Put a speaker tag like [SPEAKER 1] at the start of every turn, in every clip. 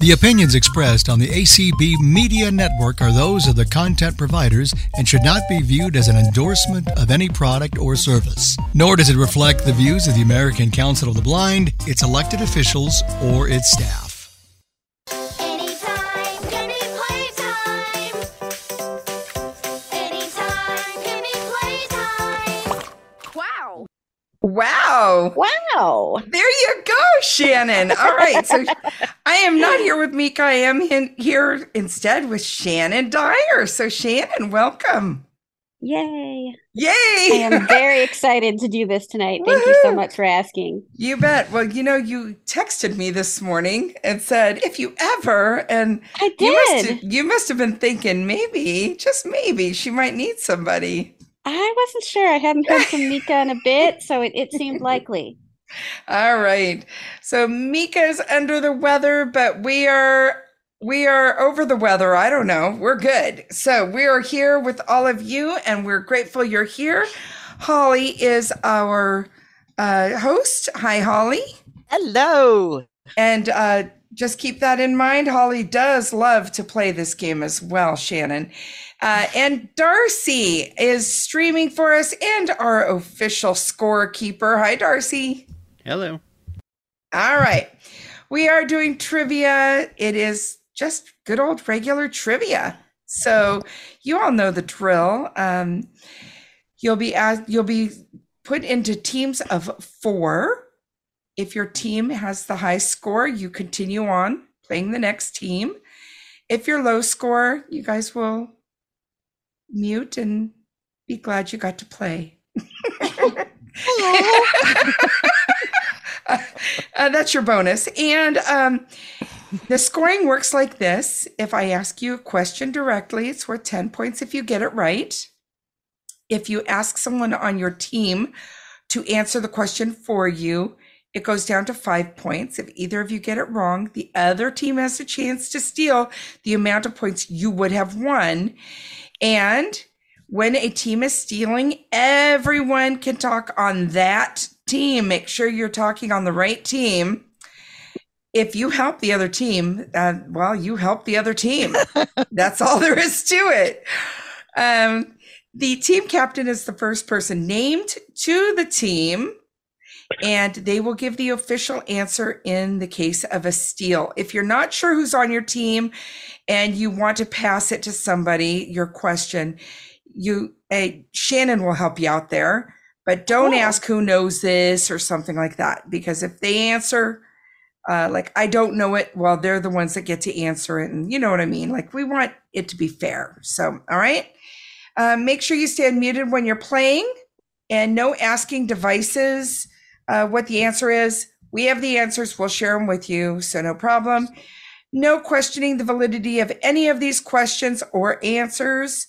[SPEAKER 1] The opinions expressed on the ACB Media Network are those of the content providers and should not be viewed as an endorsement of any product or service. Nor does it reflect the views of the American Council of the Blind, its elected officials, or its staff.
[SPEAKER 2] Anytime, any playtime. Anytime, any playtime.
[SPEAKER 3] Wow.
[SPEAKER 4] Wow.
[SPEAKER 3] Wow.
[SPEAKER 4] There you go, Shannon. All right. So I am not here with Mika. I am hin- here instead with Shannon Dyer. So, Shannon, welcome.
[SPEAKER 5] Yay.
[SPEAKER 4] Yay.
[SPEAKER 5] I am very excited to do this tonight. Thank you so
[SPEAKER 4] Woohoo.
[SPEAKER 5] much for asking.
[SPEAKER 4] You bet. Well, you know, you texted me this morning and said, if you ever, and
[SPEAKER 5] I
[SPEAKER 4] you must,
[SPEAKER 5] did.
[SPEAKER 4] have, you must have been thinking maybe, just maybe, she might need somebody.
[SPEAKER 5] I wasn't sure. I hadn't heard from Mika in a bit, so it, it seemed likely.
[SPEAKER 4] All right. So Mika's under the weather, but we are we are over the weather. I don't know. We're good. So we are here with all of you, and we're grateful you're here. Holly is our uh, host. Hi, Holly.
[SPEAKER 6] Hello.
[SPEAKER 4] And uh, just keep that in mind. Holly does love to play this game as well, Shannon. Uh, and Darcy is streaming for us and our official scorekeeper. Hi, Darcy.
[SPEAKER 7] Hello.
[SPEAKER 4] All right. We are doing trivia. It is just good old regular trivia. So you all know the drill. Um, you'll be asked, you'll be put into teams of four. If your team has the high score, you continue on playing the next team. If you're low score, you guys will mute and be glad you got to play. Uh, that's your bonus. And um, the scoring works like this. If I ask you a question directly, it's worth 10 points if you get it right. If you ask someone on your team to answer the question for you, it goes down to five points. If either of you get it wrong, the other team has a chance to steal the amount of points you would have won. And when a team is stealing, everyone can talk on that team. Make sure you're talking on the right team. If you help the other team, uh, well, you help the other team. That's all there is to it. Um, the team captain is the first person named to the team, and they will give the official answer in the case of a steal. If you're not sure who's on your team and you want to pass it to somebody, your question, you uh, Shannon will help you out there, but don't
[SPEAKER 5] Cool.
[SPEAKER 4] ask who knows this or something like that because if they answer uh, like I don't know it, well they're the ones that get to answer it, and you know what I mean. Like we want it to be fair. So all right, uh, make sure you stand muted when you're playing, and no asking devices uh, what the answer is. We have the answers. We'll share them with you, so no problem. No questioning the validity of any of these questions or answers.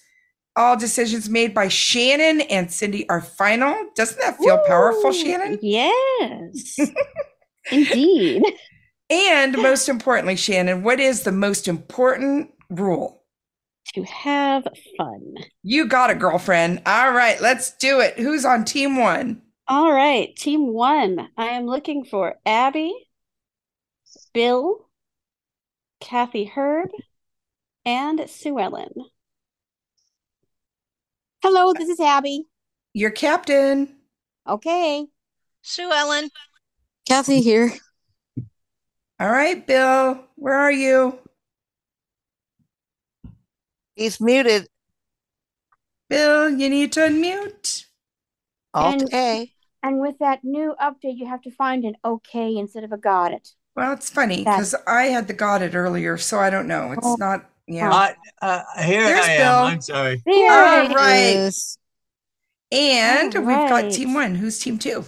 [SPEAKER 4] All decisions made by Shannon and Cindy are final. Doesn't that feel powerful,
[SPEAKER 5] Woo!
[SPEAKER 4] Shannon?
[SPEAKER 5] Yes. Indeed.
[SPEAKER 4] And most importantly, Shannon, what is the most important rule?
[SPEAKER 5] To have fun.
[SPEAKER 4] You got it, girlfriend. All right, let's do it. Who's on team one?
[SPEAKER 5] All right, team one. I am looking for Abby, Bill, Kathy Herb, and Sue Ellen.
[SPEAKER 8] Hello, this is Abby.
[SPEAKER 4] Your captain.
[SPEAKER 8] Okay.
[SPEAKER 3] Sue Ellen.
[SPEAKER 8] Kathy here.
[SPEAKER 4] All right, Bill, where are you?
[SPEAKER 6] He's muted.
[SPEAKER 4] Bill, you need to unmute.
[SPEAKER 8] And-
[SPEAKER 6] Okay.
[SPEAKER 8] And with that new update, you have to find an okay instead of a got it.
[SPEAKER 4] Well, it's funny because I had the got it earlier, so I don't know.
[SPEAKER 5] Oh,
[SPEAKER 4] It's not, yeah.
[SPEAKER 9] I, uh, here
[SPEAKER 4] There's
[SPEAKER 9] I am.
[SPEAKER 4] Bill.
[SPEAKER 9] I'm sorry.
[SPEAKER 4] All
[SPEAKER 5] Yay!
[SPEAKER 4] right. And
[SPEAKER 5] All
[SPEAKER 4] we've got
[SPEAKER 5] right.
[SPEAKER 4] team one. Who's team two?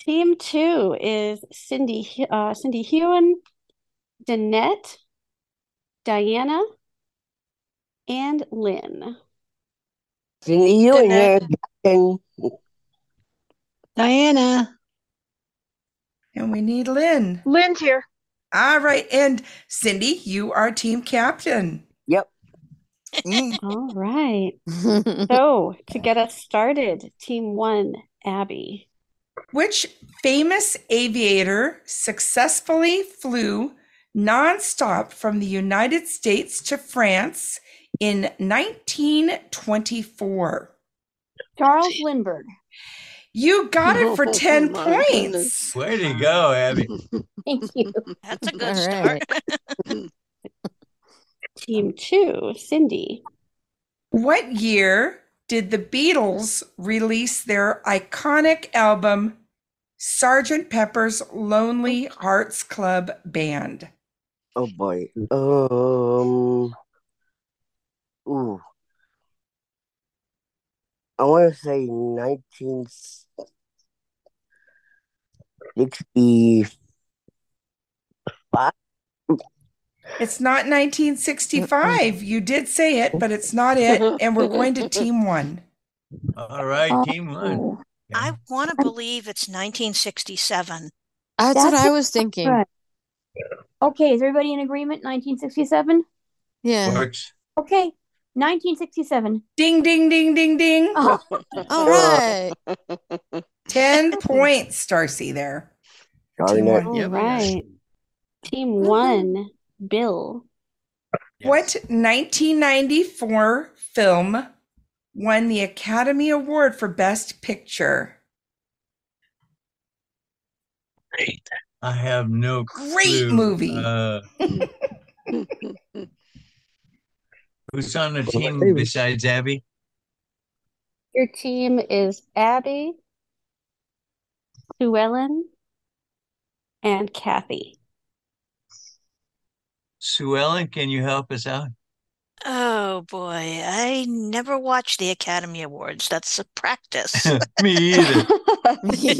[SPEAKER 5] Team two is Cindy, Hu- uh, Cindy Hewen, Danette, Diana, and Lynn.
[SPEAKER 10] Cindy, you in here?
[SPEAKER 3] Danette.
[SPEAKER 10] And
[SPEAKER 8] Diana.
[SPEAKER 4] And we need Lynn.
[SPEAKER 3] Lynn's here.
[SPEAKER 4] All right. And Cindy, you are team captain.
[SPEAKER 6] Mm.
[SPEAKER 5] All right. So to get us started, team one, Abby.
[SPEAKER 4] Which famous aviator successfully flew nonstop from the United States to France in 1924.
[SPEAKER 8] Charles Lindbergh.
[SPEAKER 4] You got it for
[SPEAKER 10] Oh,
[SPEAKER 4] 10
[SPEAKER 10] my
[SPEAKER 4] points.
[SPEAKER 10] goodness.
[SPEAKER 7] Way to go, Abby.
[SPEAKER 8] Thank you.
[SPEAKER 9] That's a
[SPEAKER 10] All
[SPEAKER 9] good start.
[SPEAKER 5] Team two, Cindy.
[SPEAKER 4] What year did the Beatles release their iconic album, Sgt. Pepper's Lonely Hearts Club Band?
[SPEAKER 10] Oh boy. Um. Ooh. I want to say 1965.
[SPEAKER 4] It's not 1965. You did say it, but it's not it. And we're going to team one.
[SPEAKER 7] All right, team one.
[SPEAKER 8] Oh,
[SPEAKER 7] Okay.
[SPEAKER 9] I want to believe it's 1967.
[SPEAKER 8] That's what I
[SPEAKER 11] was thinking.
[SPEAKER 8] right. Okay, is everybody in agreement? 1967?
[SPEAKER 11] Yeah.
[SPEAKER 7] Works.
[SPEAKER 8] Okay, 1967.
[SPEAKER 4] Ding, ding, ding, ding, ding.
[SPEAKER 8] Oh,
[SPEAKER 11] All right.
[SPEAKER 4] 10 points, Darcy, there. Team one.
[SPEAKER 5] All
[SPEAKER 7] Yeah, we got it.
[SPEAKER 5] right. Team
[SPEAKER 4] Mm-hmm.
[SPEAKER 5] one, Bill.
[SPEAKER 4] What 1994 film won the Academy Award for Best Picture?
[SPEAKER 7] I have no
[SPEAKER 4] Great
[SPEAKER 7] clue.
[SPEAKER 4] movie.
[SPEAKER 7] Uh, who's on
[SPEAKER 10] Well,
[SPEAKER 7] the
[SPEAKER 10] I
[SPEAKER 7] team
[SPEAKER 10] think-
[SPEAKER 7] besides Abby?
[SPEAKER 5] Your team is Abby, Sue Ellen, and Kathy.
[SPEAKER 7] Sue Ellen, can you help us out?
[SPEAKER 9] Oh boy, I never watched the Academy Awards. That's a practice.
[SPEAKER 7] Me either.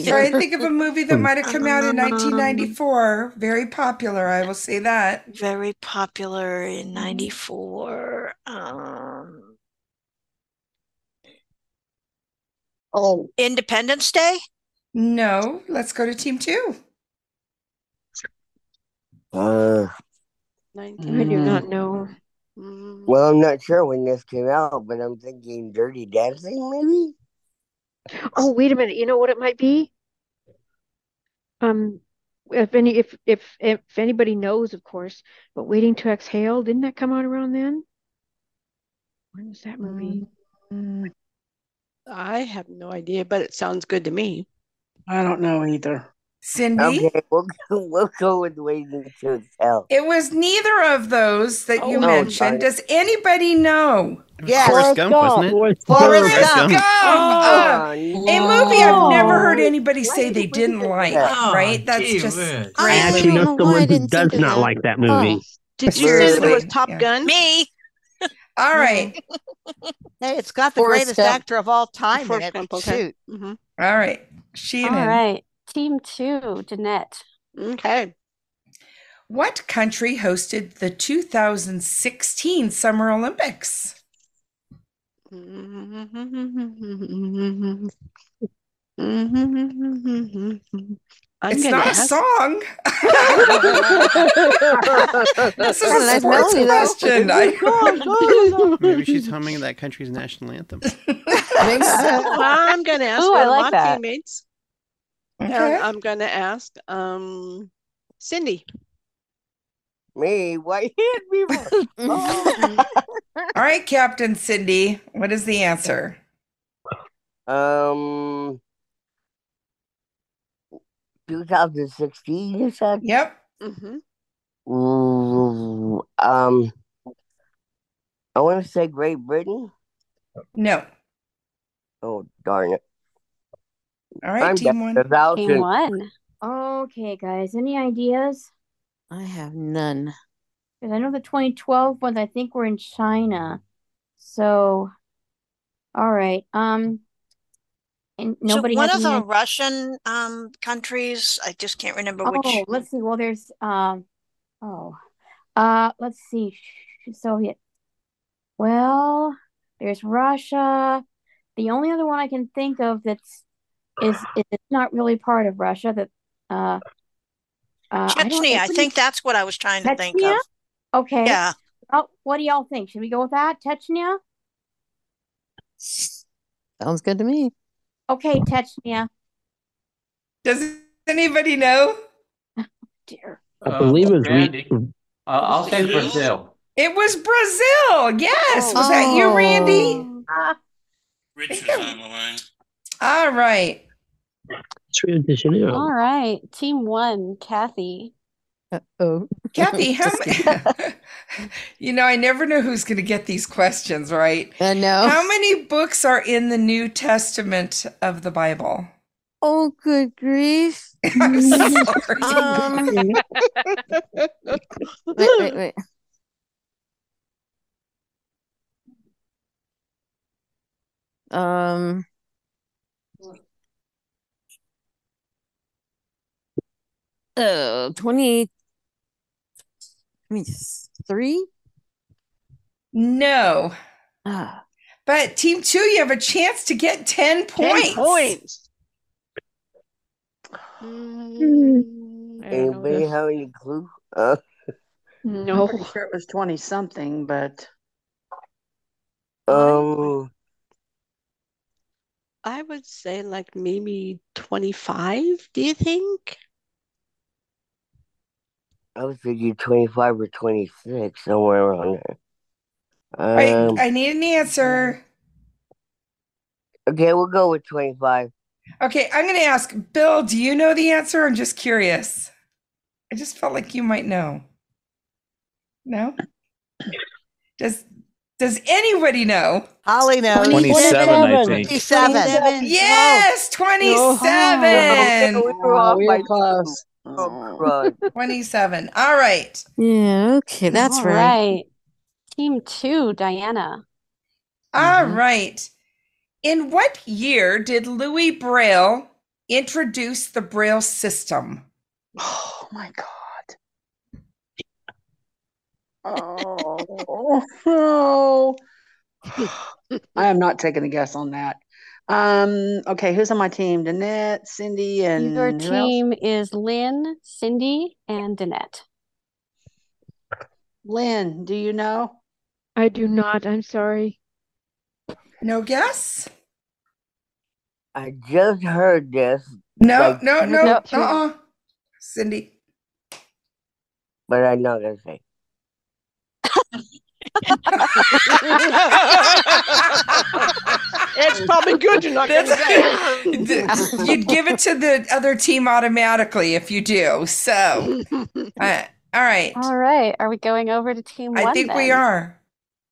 [SPEAKER 4] Try and think of a movie that might have come out in
[SPEAKER 9] Um,
[SPEAKER 4] 1994. Very popular, I will say that.
[SPEAKER 9] Very popular in 94. Um,
[SPEAKER 10] Oh,
[SPEAKER 9] Independence Day?
[SPEAKER 4] No, let's go to team two.
[SPEAKER 10] uh,
[SPEAKER 11] I do
[SPEAKER 4] Hmm.
[SPEAKER 11] not know.
[SPEAKER 4] Mm-hmm.
[SPEAKER 11] Um,
[SPEAKER 10] well, I'm not sure when this came out, but I'm thinking Dirty Dancing, maybe?
[SPEAKER 11] Oh, wait a minute. You know what it might be? Um, if any, if if if anybody knows, of course. But Waiting to Exhale, didn't that come out around then? When was that movie?
[SPEAKER 12] Mm, I have no idea, but it sounds good to me. I don't know either.
[SPEAKER 4] Cindy,
[SPEAKER 10] Okay, we'll go, we'll go with Waiting to Tell.
[SPEAKER 4] it was neither of those that you
[SPEAKER 10] Oh, no,
[SPEAKER 4] mentioned.
[SPEAKER 10] darn it.
[SPEAKER 4] Does anybody know?
[SPEAKER 10] Yes.
[SPEAKER 6] Forrest Gump, wasn't it?
[SPEAKER 10] Forrest
[SPEAKER 6] Forrest Gump.
[SPEAKER 10] Gump.
[SPEAKER 4] Go! Uh, a movie I've never heard
[SPEAKER 10] it.
[SPEAKER 4] anybody say they didn't like,
[SPEAKER 7] Oh,
[SPEAKER 4] right? That's
[SPEAKER 7] gee
[SPEAKER 4] just
[SPEAKER 7] whiz.
[SPEAKER 9] I
[SPEAKER 4] great.
[SPEAKER 9] actually
[SPEAKER 11] know someone who does not like
[SPEAKER 12] that Oh,
[SPEAKER 11] movie.
[SPEAKER 12] Did you say that it was
[SPEAKER 4] Seriously,
[SPEAKER 12] Top
[SPEAKER 4] yeah.
[SPEAKER 12] Gun?
[SPEAKER 9] Me?
[SPEAKER 4] All right.
[SPEAKER 6] Hey, it's got the
[SPEAKER 10] Forrest
[SPEAKER 6] greatest
[SPEAKER 10] Gump.
[SPEAKER 6] actor of all time in
[SPEAKER 12] Forrest
[SPEAKER 6] it.
[SPEAKER 12] Gump, okay.
[SPEAKER 6] Shoot.
[SPEAKER 12] hmm
[SPEAKER 4] All right.
[SPEAKER 5] All
[SPEAKER 4] Sheena,
[SPEAKER 5] right. Team two, Jeanette.
[SPEAKER 12] Okay.
[SPEAKER 4] what country hosted the 2016 Summer Olympics?
[SPEAKER 12] I'm
[SPEAKER 4] it's
[SPEAKER 12] Mm-hmm. gonna
[SPEAKER 4] not a
[SPEAKER 12] ask-
[SPEAKER 4] song. this is
[SPEAKER 10] Well,
[SPEAKER 4] a
[SPEAKER 10] I
[SPEAKER 4] sports
[SPEAKER 10] know, you know.
[SPEAKER 4] question. I-
[SPEAKER 11] Maybe she's
[SPEAKER 7] humming that country's national anthem.
[SPEAKER 12] I'm gonna ask
[SPEAKER 5] Ooh, I
[SPEAKER 12] one of
[SPEAKER 5] like
[SPEAKER 12] my
[SPEAKER 5] that.
[SPEAKER 12] teammates. and
[SPEAKER 4] Okay.
[SPEAKER 12] I'm gonna ask um Cindy.
[SPEAKER 10] Me, why hit me?
[SPEAKER 4] All right, Captain Cindy, what is the answer?
[SPEAKER 10] Um, 2016, you said?
[SPEAKER 4] Yep.
[SPEAKER 9] Mm-hmm.
[SPEAKER 12] hmm
[SPEAKER 10] Ooh, um, I want to say Great Britain.
[SPEAKER 4] No.
[SPEAKER 10] Oh, darn it.
[SPEAKER 4] All right,
[SPEAKER 10] I'm
[SPEAKER 4] team one.
[SPEAKER 10] bad about
[SPEAKER 5] Team
[SPEAKER 10] it.
[SPEAKER 5] one.
[SPEAKER 8] Okay, guys, any ideas?
[SPEAKER 11] I have none.
[SPEAKER 8] Because I know the 2012 ones, I think, were in China. So, all right. Um, and
[SPEAKER 9] So
[SPEAKER 8] nobody
[SPEAKER 9] one
[SPEAKER 8] has
[SPEAKER 9] of
[SPEAKER 8] any
[SPEAKER 9] the
[SPEAKER 8] idea-
[SPEAKER 9] Russian um countries. I just can't remember
[SPEAKER 8] Oh,
[SPEAKER 9] which.
[SPEAKER 8] let's see. Well, there's um, oh, uh, let's see. Sh- Soviet. Well, there's Russia. The only other one I can think of that's is is it's not really part of Russia. That uh, uh, I don't know.
[SPEAKER 9] Chechnya. I
[SPEAKER 8] What do you-
[SPEAKER 9] think that's what I was trying to think
[SPEAKER 8] Chechnya?
[SPEAKER 9] of.
[SPEAKER 8] Okay.
[SPEAKER 9] Yeah.
[SPEAKER 8] Oh, what do y'all think? Should we go with that? Chechnya?
[SPEAKER 11] Sounds good to me.
[SPEAKER 8] Okay, Chechnya.
[SPEAKER 4] Does anybody know?
[SPEAKER 8] Dear.
[SPEAKER 13] Uh,
[SPEAKER 14] I believe it was
[SPEAKER 15] Randy.
[SPEAKER 14] re-
[SPEAKER 15] Uh, I'll say Brazil.
[SPEAKER 4] It was Brazil. Yes. Was that
[SPEAKER 16] Oh.
[SPEAKER 4] you, Randy?
[SPEAKER 17] Rich was on the line.
[SPEAKER 4] All right.
[SPEAKER 14] it's Rio de Janeiro.
[SPEAKER 5] All right, team one, Kathy.
[SPEAKER 4] Oh, Kathy, how many? you know, I never know who's going to get these questions right.
[SPEAKER 16] I know.
[SPEAKER 4] How many books are in the New Testament of the Bible?
[SPEAKER 16] Oh, good grief. Mm.
[SPEAKER 4] I'm sorry.
[SPEAKER 16] Um, wait, wait, wait. Um, oh, 20, 23?
[SPEAKER 4] No.
[SPEAKER 16] Ah.
[SPEAKER 4] But team two, you have a chance to get 10 points.
[SPEAKER 13] points.
[SPEAKER 18] Anybody have any clue? Uh,
[SPEAKER 13] No. I'm pretty sure it was 20 something, but
[SPEAKER 18] um,
[SPEAKER 13] I would say like maybe 25, do you think?
[SPEAKER 18] I was thinking 25 or 26, somewhere around
[SPEAKER 4] All
[SPEAKER 18] there.
[SPEAKER 4] right,
[SPEAKER 18] Um,
[SPEAKER 4] I need an answer.
[SPEAKER 18] okay, we'll go with 25.
[SPEAKER 4] Okay, I'm going to ask Bill, do you know the answer? I'm just curious. I just felt like you might know. No? Does does anybody know?
[SPEAKER 16] Holly knows.
[SPEAKER 15] 27, I think.
[SPEAKER 16] 27.
[SPEAKER 4] Yes, Oh, 27.
[SPEAKER 16] Oh, we were off by two.
[SPEAKER 13] Oh,
[SPEAKER 18] crud.
[SPEAKER 4] 27. All right.
[SPEAKER 16] Yeah, okay, that's
[SPEAKER 5] All
[SPEAKER 16] right.
[SPEAKER 5] Team two, Diana.
[SPEAKER 4] All
[SPEAKER 13] Mm-hmm.
[SPEAKER 4] right. In what year did Louis Braille introduce the Braille system?
[SPEAKER 13] Oh my God. Oh, no. I am not taking a guess on that. Um, okay, who's on my team? Danette, Cindy, and
[SPEAKER 5] Your
[SPEAKER 13] who else?
[SPEAKER 5] team is Lynn, Cindy, and Danette.
[SPEAKER 13] Lynn, do you know?
[SPEAKER 19] I do not. I'm sorry.
[SPEAKER 4] No guess?
[SPEAKER 18] I just heard this.
[SPEAKER 4] No,
[SPEAKER 18] like,
[SPEAKER 4] no, no,
[SPEAKER 18] Nope.
[SPEAKER 4] uh-uh. Cindy.
[SPEAKER 18] But I'm not going to say.
[SPEAKER 13] It's probably good you're not gonna
[SPEAKER 4] That's- You'd give it to the other team automatically if you do. So, uh, all right.
[SPEAKER 5] All right, are we going over to team one?
[SPEAKER 4] I think we
[SPEAKER 5] then?
[SPEAKER 4] are.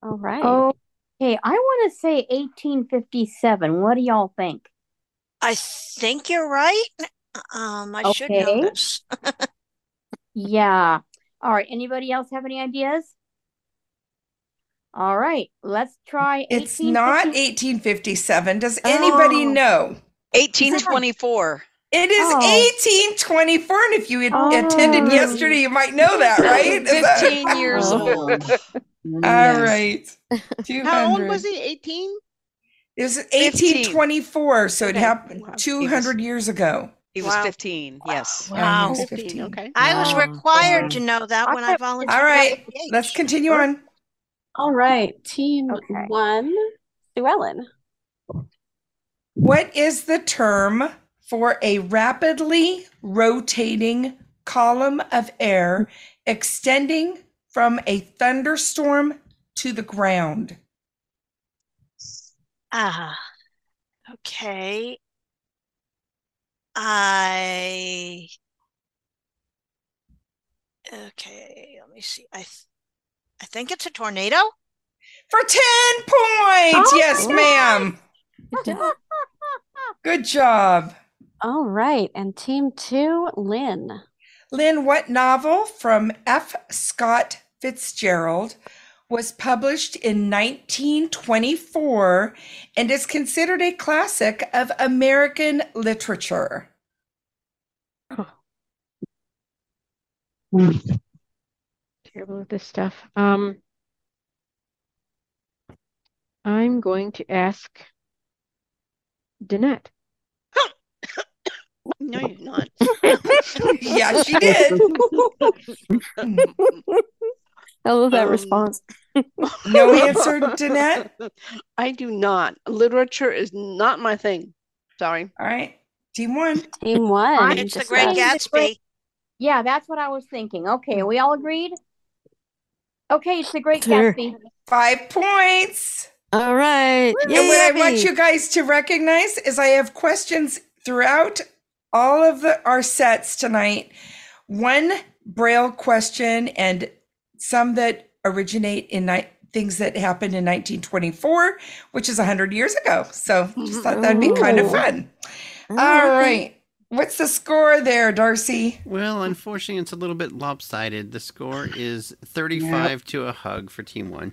[SPEAKER 5] All right.
[SPEAKER 8] Okay, I want to say 1857. What do y'all think?
[SPEAKER 9] I think you're right. Um, I should know
[SPEAKER 8] Okay.
[SPEAKER 9] this.
[SPEAKER 8] Yeah. All right. Anybody else have any ideas? All right. Let's try
[SPEAKER 4] It's not
[SPEAKER 8] 1850
[SPEAKER 4] 1857. Does anybody
[SPEAKER 8] Oh.
[SPEAKER 4] know?
[SPEAKER 20] 1824.
[SPEAKER 4] It is
[SPEAKER 20] Oh.
[SPEAKER 4] 1824. And if you had
[SPEAKER 19] Oh.
[SPEAKER 4] attended yesterday, you might know that, right? Is that-
[SPEAKER 20] 15 years old.
[SPEAKER 4] All right.
[SPEAKER 20] How old was
[SPEAKER 4] 200.
[SPEAKER 20] he? 18?
[SPEAKER 4] It was 1824, so it happened 200 years ago.
[SPEAKER 20] He was 15. Yes.
[SPEAKER 4] Wow. Wow. He was 15, okay.
[SPEAKER 9] I was
[SPEAKER 4] Wow.
[SPEAKER 9] required to know that when I volunteered.
[SPEAKER 4] All right, let's continue on.
[SPEAKER 5] All right, team one, Sue Ellen.
[SPEAKER 4] What is the term for a rapidly rotating column of air extending from a thunderstorm to the ground?
[SPEAKER 9] Ah, okay. I. Okay, let me see. I, th- I think it's a tornado.
[SPEAKER 4] For 10 points. yes, ma'am. Good job.
[SPEAKER 5] All right, and team two, Lynn.
[SPEAKER 4] Lynn, what novel from F. Scott Fitzgerald was published in 1924 and is considered a classic of American literature?
[SPEAKER 19] Terrible at this stuff. Um, I'm going to ask Danette.
[SPEAKER 13] No, you're not.
[SPEAKER 4] yeah, she did.
[SPEAKER 13] I love
[SPEAKER 4] that
[SPEAKER 13] response.
[SPEAKER 4] Um, No answer, Danette?
[SPEAKER 13] I do not. Literature is not my thing. Sorry.
[SPEAKER 4] All right. Team one.
[SPEAKER 5] Team one.
[SPEAKER 8] uh,
[SPEAKER 9] It's the Great Gatsby.
[SPEAKER 8] Yeah, that's what I was thinking. Okay, we all agreed? Okay, it's the Great
[SPEAKER 4] Sure.
[SPEAKER 8] Gatsby.
[SPEAKER 4] Five points.
[SPEAKER 6] All right.
[SPEAKER 4] And what I want you guys to recognize is I have questions throughout all of the, our sets tonight. One Braille question and some that originate in ni- things that happened in 1924, which is 100 years ago. So just thought that'd be kind of
[SPEAKER 7] Ooh.
[SPEAKER 4] fun. All
[SPEAKER 7] Ooh.
[SPEAKER 4] right. What's the score there, Darcy?
[SPEAKER 7] Well, unfortunately, it's a little bit lopsided. The score is 35 to a hug for team one.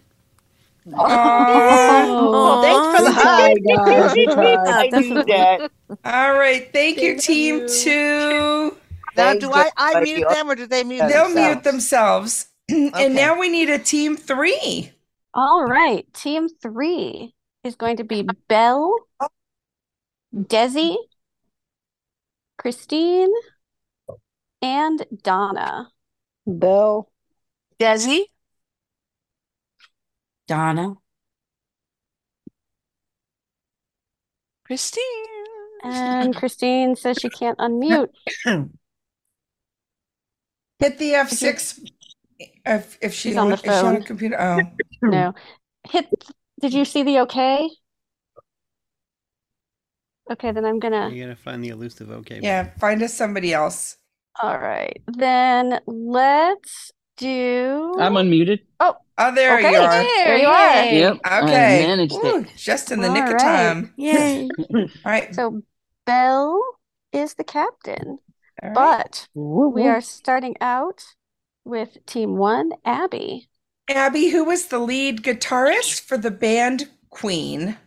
[SPEAKER 2] Oh, thanks for the hug.
[SPEAKER 4] I
[SPEAKER 2] I knew that.
[SPEAKER 4] All right. Thank, you, team two.
[SPEAKER 21] Now, do I, I mute them or do they mute
[SPEAKER 4] They'll
[SPEAKER 21] themselves?
[SPEAKER 4] mute themselves. And now we need a team three.
[SPEAKER 5] All right, team three is going to be Belle, Desi, Christine, and Donna.
[SPEAKER 13] Bill.
[SPEAKER 9] Desi.
[SPEAKER 13] Donna.
[SPEAKER 9] Christine.
[SPEAKER 5] And Christine says she can't unmute.
[SPEAKER 4] Hit the F6 if, if she
[SPEAKER 5] She's on the
[SPEAKER 4] if she on a
[SPEAKER 5] phone.
[SPEAKER 4] computer. Oh.
[SPEAKER 5] No. Hit, did you see the okay? Okay, then I'm gonna,
[SPEAKER 7] You gotta find the elusive okay. button.
[SPEAKER 4] Yeah, find us somebody else.
[SPEAKER 5] all right, then let's do.
[SPEAKER 14] I'm unmuted.
[SPEAKER 5] Oh,
[SPEAKER 4] oh, there
[SPEAKER 5] okay,
[SPEAKER 4] you are.
[SPEAKER 5] There you are.
[SPEAKER 14] Yep. I
[SPEAKER 4] Okay.
[SPEAKER 14] managed it.
[SPEAKER 4] Ooh, just in the nick
[SPEAKER 5] All
[SPEAKER 4] of
[SPEAKER 5] right.
[SPEAKER 4] time.
[SPEAKER 5] Yay.
[SPEAKER 4] All right.
[SPEAKER 5] So Belle is the captain,
[SPEAKER 4] right.
[SPEAKER 5] but
[SPEAKER 4] Woo,
[SPEAKER 5] we
[SPEAKER 4] woo.
[SPEAKER 5] are starting out with team one, Abby.
[SPEAKER 4] Abby, who was the lead guitarist for the band Queen?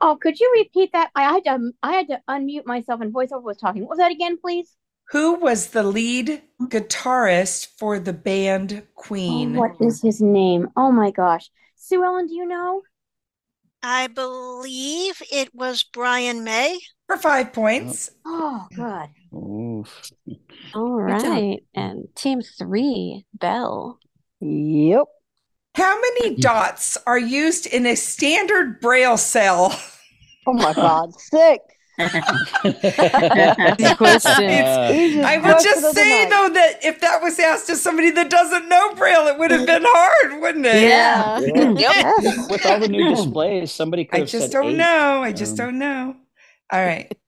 [SPEAKER 8] Oh, could you repeat that? I had to I had to unmute myself and voiceover was talking. What was that again, please?
[SPEAKER 4] Who was the lead guitarist for the band Queen?
[SPEAKER 8] what is his name? Oh my gosh. Sue Ellen, do you know?
[SPEAKER 9] I believe it was Brian May.
[SPEAKER 4] For five points.
[SPEAKER 8] Oh, good.
[SPEAKER 5] All
[SPEAKER 8] Good job.
[SPEAKER 5] right. And team three, Belle.
[SPEAKER 4] Yep. How many dots are used in a standard braille cell?
[SPEAKER 13] Oh my God.
[SPEAKER 4] Six.
[SPEAKER 13] Next question. Easiest
[SPEAKER 4] I will
[SPEAKER 13] question
[SPEAKER 4] just
[SPEAKER 13] of the
[SPEAKER 4] say
[SPEAKER 13] night.
[SPEAKER 4] though that if that was asked to somebody that doesn't know braille, it would have been hard, wouldn't it?
[SPEAKER 14] Yeah. With all the new displays, somebody could
[SPEAKER 4] I
[SPEAKER 14] have said
[SPEAKER 4] just don't
[SPEAKER 14] eight.
[SPEAKER 4] know. I just
[SPEAKER 14] Um,
[SPEAKER 4] don't know. Oh, All right.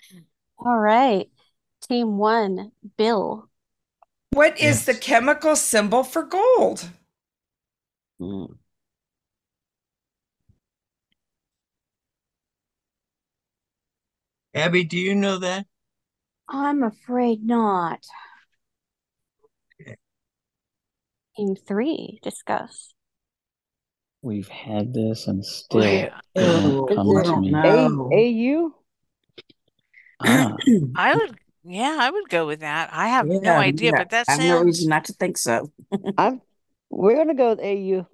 [SPEAKER 5] All right. Team one, Bill.
[SPEAKER 4] What is the chemical symbol for gold?
[SPEAKER 14] mm,
[SPEAKER 7] Abby, do you know that?
[SPEAKER 8] I'm afraid not.
[SPEAKER 5] Team three, discuss.
[SPEAKER 14] We've had this and still it
[SPEAKER 13] Oh,
[SPEAKER 14] won't come to me.
[SPEAKER 13] AU?
[SPEAKER 14] Ah,
[SPEAKER 21] I would, yeah, I would go with that. I have no
[SPEAKER 13] Yeah,
[SPEAKER 21] idea,
[SPEAKER 13] yeah.
[SPEAKER 21] but that
[SPEAKER 13] I have no
[SPEAKER 21] sounds.
[SPEAKER 13] reason not to think so.
[SPEAKER 4] I'm,
[SPEAKER 13] We're gonna go with AU.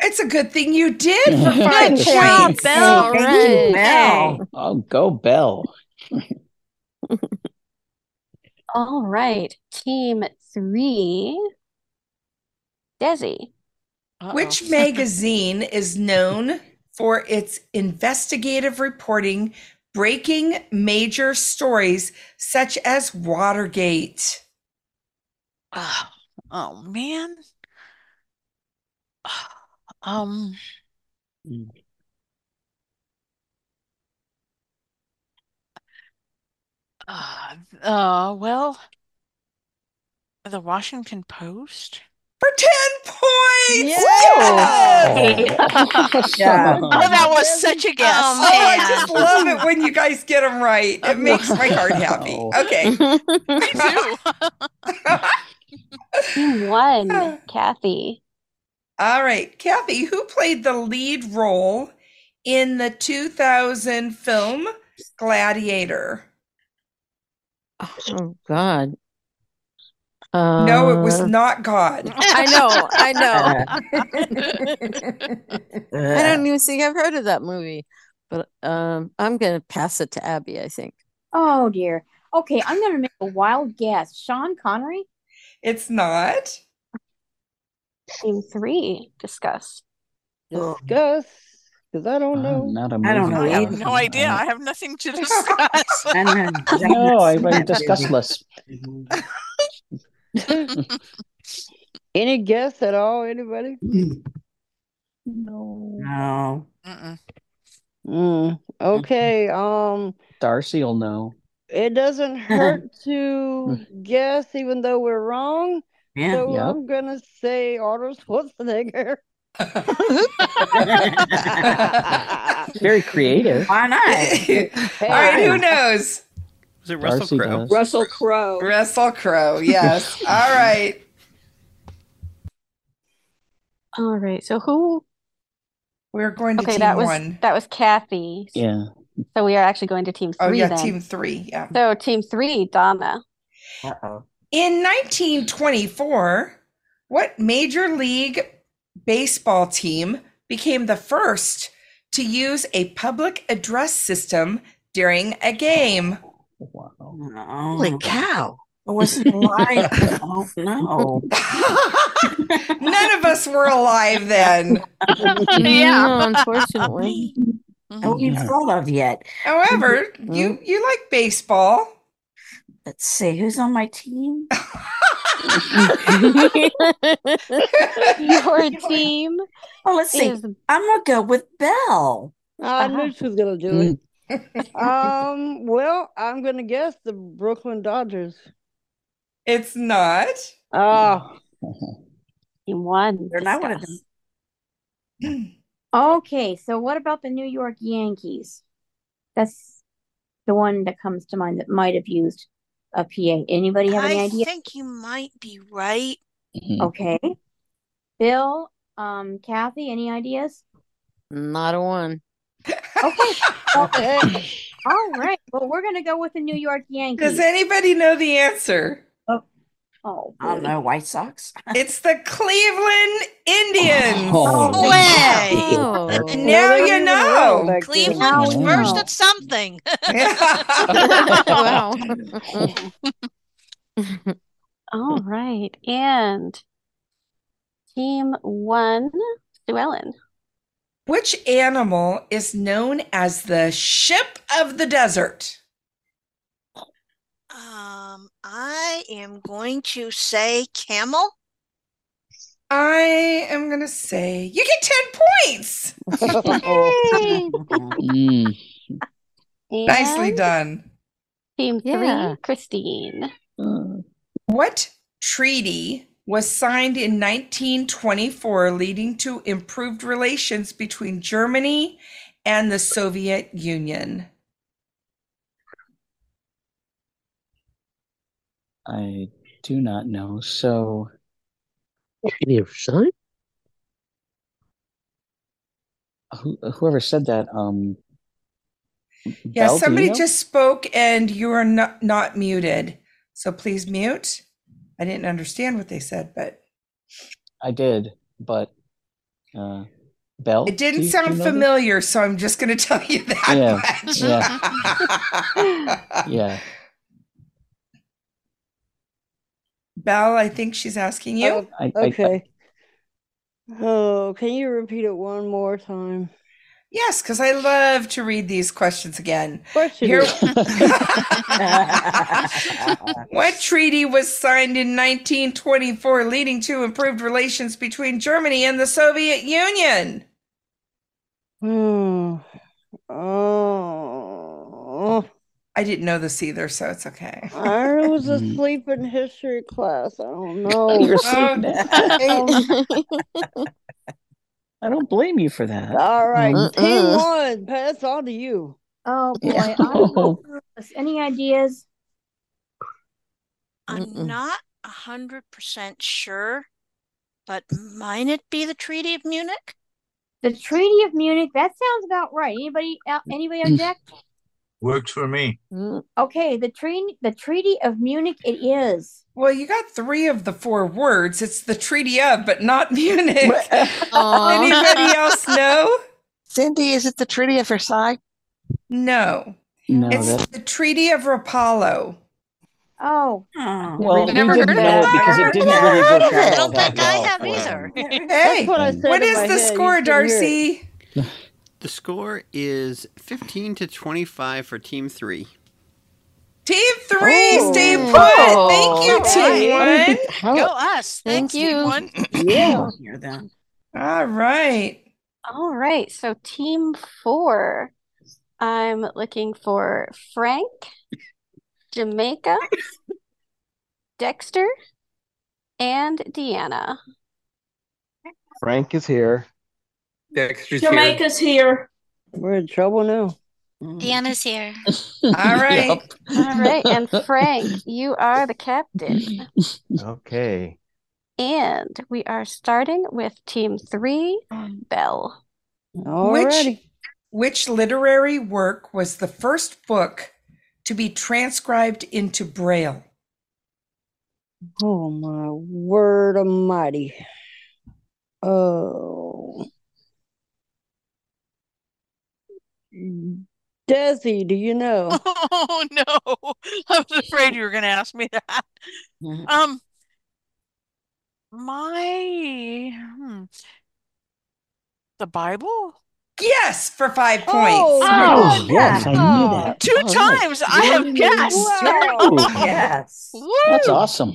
[SPEAKER 4] It's a good thing you did for five
[SPEAKER 14] Good
[SPEAKER 21] job,
[SPEAKER 4] points.
[SPEAKER 21] Belle. All right.
[SPEAKER 13] Belle.
[SPEAKER 14] I'll go Bell.
[SPEAKER 5] All right. Team three, Desi.
[SPEAKER 4] Which magazine is known for its investigative reporting, breaking major stories such as Watergate?
[SPEAKER 21] Oh, oh man. Um. Uh, uh, well, the Washington Post.
[SPEAKER 4] For 10 points!
[SPEAKER 21] Yes! Oh, that was such a guess.
[SPEAKER 4] Oh, I just love it when you guys get them right. It makes my heart happy. Okay.
[SPEAKER 5] Team one,
[SPEAKER 4] Oh.
[SPEAKER 5] Kathy.
[SPEAKER 4] All right. Kathy, who played the lead role in the 2000 film Gladiator?
[SPEAKER 6] Oh God.
[SPEAKER 4] No, it was
[SPEAKER 6] Uh,
[SPEAKER 4] not God.
[SPEAKER 6] I know, I I don't even think I've heard of that movie, but um, I'm gonna pass it to Abby. I think.
[SPEAKER 8] Oh dear. Okay, I'm gonna make a wild guess. Sean Connery?
[SPEAKER 4] It's not.
[SPEAKER 5] Team three, discuss.
[SPEAKER 13] Discuss. Because I don't know.
[SPEAKER 14] Um, Not a
[SPEAKER 13] I don't
[SPEAKER 14] movie
[SPEAKER 13] know
[SPEAKER 14] buff.
[SPEAKER 21] I have no idea. I have nothing to discuss.
[SPEAKER 14] No, I, I discussed less.
[SPEAKER 13] Any guess at all, anybody?
[SPEAKER 14] No.
[SPEAKER 13] No.
[SPEAKER 21] Mm-mm.
[SPEAKER 13] Mm, okay. Um,
[SPEAKER 14] Darcy will know.
[SPEAKER 13] it doesn't hurt to guess, even though we're wrong.
[SPEAKER 14] Yeah.
[SPEAKER 13] So
[SPEAKER 14] Yep.
[SPEAKER 13] I'm gonna say Arnold Schwarzenegger.
[SPEAKER 14] Very creative.
[SPEAKER 13] Why
[SPEAKER 4] All right, who
[SPEAKER 14] Hey.
[SPEAKER 4] knows?
[SPEAKER 7] Is it Russell
[SPEAKER 14] Darcy
[SPEAKER 7] Crowe?
[SPEAKER 14] does.
[SPEAKER 4] Russell Crowe. Russell Crowe, yes. All right.
[SPEAKER 5] All right. So who?
[SPEAKER 4] We're going to
[SPEAKER 5] okay,
[SPEAKER 4] team
[SPEAKER 5] that was
[SPEAKER 4] one.
[SPEAKER 5] that was Kathy.
[SPEAKER 14] Yeah.
[SPEAKER 5] So we are actually going to team
[SPEAKER 4] Oh,
[SPEAKER 5] three
[SPEAKER 4] yeah,
[SPEAKER 5] then.
[SPEAKER 4] team three, yeah.
[SPEAKER 5] So team three, Donna.
[SPEAKER 4] Uh-oh. In 1924, what Major League Baseball team became the first to use a public address system during a game?
[SPEAKER 2] Holy cow. I wasn't alive. I don't know.
[SPEAKER 4] None of us were alive then.
[SPEAKER 6] No, unfortunately.
[SPEAKER 2] I Oh, we not thought of yet.
[SPEAKER 4] However, you you like baseball.
[SPEAKER 2] Let's see who's on my team.
[SPEAKER 5] Your team.
[SPEAKER 2] Oh, let's see.
[SPEAKER 5] is-
[SPEAKER 2] I'm gonna go with Uh-huh. Belle.
[SPEAKER 13] Oh, I knew she was gonna do it.
[SPEAKER 14] Mm.
[SPEAKER 13] um, well, I'm gonna guess the Brooklyn Dodgers.
[SPEAKER 4] It's not.
[SPEAKER 13] Oh.
[SPEAKER 5] Team one.
[SPEAKER 2] They're not one of them.
[SPEAKER 8] Okay, so what about the New York Yankees? That's the one that comes to mind that might have used a PA. Anybody have any
[SPEAKER 9] I
[SPEAKER 8] idea?
[SPEAKER 9] think you might be right.
[SPEAKER 14] Mm.
[SPEAKER 8] Okay. Bill, um, Kathy, any ideas?
[SPEAKER 6] Not a one.
[SPEAKER 8] All right. Well, we're gonna go with the New York Yankees.
[SPEAKER 4] Does anybody know the answer?
[SPEAKER 8] Oh,
[SPEAKER 2] I don't know. White Sox.
[SPEAKER 4] It's the Cleveland Indians.
[SPEAKER 2] Oh, No way.
[SPEAKER 4] Now
[SPEAKER 2] Well,
[SPEAKER 4] you
[SPEAKER 2] they were around
[SPEAKER 4] know.
[SPEAKER 2] back then. Cleveland was Wow. first at
[SPEAKER 9] something.
[SPEAKER 5] Wow. All right. And team one, Sue Ellen.
[SPEAKER 4] Which animal is known as the ship of the desert?
[SPEAKER 9] Um, I am going to say camel.
[SPEAKER 4] I am going to say you get 10 points.
[SPEAKER 5] Mm.
[SPEAKER 4] Nicely
[SPEAKER 5] And
[SPEAKER 4] done.
[SPEAKER 5] Team three,
[SPEAKER 4] Yeah.
[SPEAKER 5] Christine.
[SPEAKER 4] What treaty was signed in 1924 leading to improved relations between Germany and the Soviet Union?
[SPEAKER 14] I do not know. So. Who, whoever said that, um,
[SPEAKER 4] Yeah,
[SPEAKER 14] Belle, do you
[SPEAKER 4] somebody
[SPEAKER 14] know?
[SPEAKER 4] just spoke and you are not, not muted. So please mute. I didn't understand what they said, but
[SPEAKER 14] I did, but uh, Bell.
[SPEAKER 4] it didn't sound familiar. So I'm just going to tell you that
[SPEAKER 14] Yeah,
[SPEAKER 4] much.
[SPEAKER 14] Yeah,
[SPEAKER 4] Belle, I think she's asking you.
[SPEAKER 13] Oh, I- I- okay. Oh, can you repeat it one more time?
[SPEAKER 4] Yes, because I love to read these questions again.
[SPEAKER 13] you
[SPEAKER 4] Here- what treaty was signed in 1924 leading to improved relations between Germany and the Soviet Union?
[SPEAKER 13] Hmm. Oh.
[SPEAKER 4] I didn't know this either, so it's okay.
[SPEAKER 13] I was
[SPEAKER 14] Mm-hmm.
[SPEAKER 13] asleep in history class. I don't know.
[SPEAKER 4] Oh,
[SPEAKER 14] You were asleep in I don't blame you for that.
[SPEAKER 13] All right,
[SPEAKER 14] Um,
[SPEAKER 13] team one, pass on to you.
[SPEAKER 8] Oh boy,
[SPEAKER 14] Yeah.
[SPEAKER 8] I don't know. Any ideas?
[SPEAKER 9] I'm not a hundred percent sure, but might it be the Treaty of Munich?
[SPEAKER 8] The Treaty of Munich. That sounds about right. Anybody out? Anybody object?
[SPEAKER 22] Works for me.
[SPEAKER 8] Okay, the treaty, the Treaty of Munich. It is.
[SPEAKER 4] Well, you got three of the four words. It's the Treaty of, but not Munich. Anybody else know?
[SPEAKER 21] Cindy, is it the Treaty of Versailles?
[SPEAKER 4] No.
[SPEAKER 14] No,
[SPEAKER 4] it's
[SPEAKER 14] that-
[SPEAKER 4] the Treaty of Rapallo.
[SPEAKER 8] Oh.
[SPEAKER 14] well, we didn't know it because it didn't really work out.
[SPEAKER 4] it.
[SPEAKER 14] all
[SPEAKER 4] Don't
[SPEAKER 14] that
[SPEAKER 4] think I
[SPEAKER 14] well
[SPEAKER 4] have
[SPEAKER 14] for Mm-hmm. us.
[SPEAKER 4] Hey,
[SPEAKER 13] what I said
[SPEAKER 4] what
[SPEAKER 13] in
[SPEAKER 4] is
[SPEAKER 13] my
[SPEAKER 4] the
[SPEAKER 13] head, you
[SPEAKER 4] score,
[SPEAKER 13] can hear it.
[SPEAKER 4] Darcy?
[SPEAKER 7] The score is 15 to 25 for Team 3.
[SPEAKER 4] Team three, stay
[SPEAKER 13] Oh.
[SPEAKER 4] put.
[SPEAKER 7] Oh,
[SPEAKER 4] Thank you, team
[SPEAKER 2] Alright.
[SPEAKER 4] one.
[SPEAKER 2] Go us. Thank Thanks, team you. one. Yeah.
[SPEAKER 4] Hear them. All right.
[SPEAKER 5] All right. So team four, I'm looking for Frank, Jamaica, Dexter, and Deanna.
[SPEAKER 23] Frank is here.
[SPEAKER 13] Dexter's
[SPEAKER 24] Jamaica's here.
[SPEAKER 13] We're in trouble now.
[SPEAKER 5] Deanna's here.
[SPEAKER 13] All
[SPEAKER 23] right.
[SPEAKER 5] All right. And Frank, you are the captain.
[SPEAKER 23] Okay.
[SPEAKER 5] And we are starting with team three, Bell.
[SPEAKER 4] Which, which literary work was the first book to be transcribed into Braille?
[SPEAKER 13] Oh my word almighty. Oh. Desi, do you know?
[SPEAKER 21] Oh no. I was afraid you were going to ask me that.
[SPEAKER 14] Mm-hmm.
[SPEAKER 21] Um my hmm. the Bible?
[SPEAKER 4] Yes, for five points.
[SPEAKER 21] Oh,
[SPEAKER 2] Oh, yes, I knew
[SPEAKER 21] that. Two times I have guessed.
[SPEAKER 2] Wow. Yes.
[SPEAKER 21] Woo.
[SPEAKER 14] Oh, That's awesome.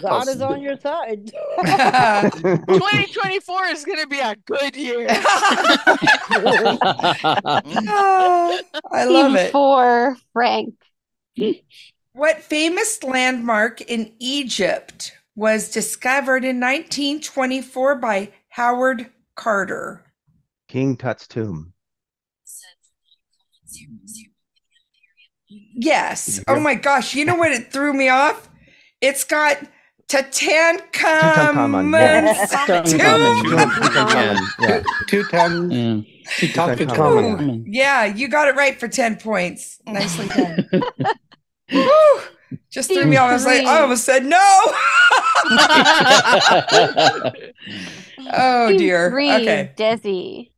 [SPEAKER 13] God is on your side.
[SPEAKER 21] 2024 is going to be a good year.
[SPEAKER 4] I
[SPEAKER 5] Team
[SPEAKER 4] love it.
[SPEAKER 5] Four, Frank.
[SPEAKER 4] What famous landmark in Egypt was discovered in 1924 by Howard Carter?
[SPEAKER 23] King Tut's tomb.
[SPEAKER 4] Yes. Oh my gosh. You know what it threw me off? It's got
[SPEAKER 23] Tutankhamun, yeah.
[SPEAKER 4] Tutankhamun's
[SPEAKER 23] Tutankhamun,
[SPEAKER 4] tomb.
[SPEAKER 23] Tutankhamun, yeah.
[SPEAKER 14] Tutan.
[SPEAKER 23] Tutankhamun.
[SPEAKER 4] Yeah, you got it right for 10 points.
[SPEAKER 9] Mm.
[SPEAKER 4] Nicely done. Woo! Just threw me off. I was like, I almost said no. oh
[SPEAKER 5] Team
[SPEAKER 4] dear.
[SPEAKER 5] Three,
[SPEAKER 4] Okay.
[SPEAKER 5] Desi.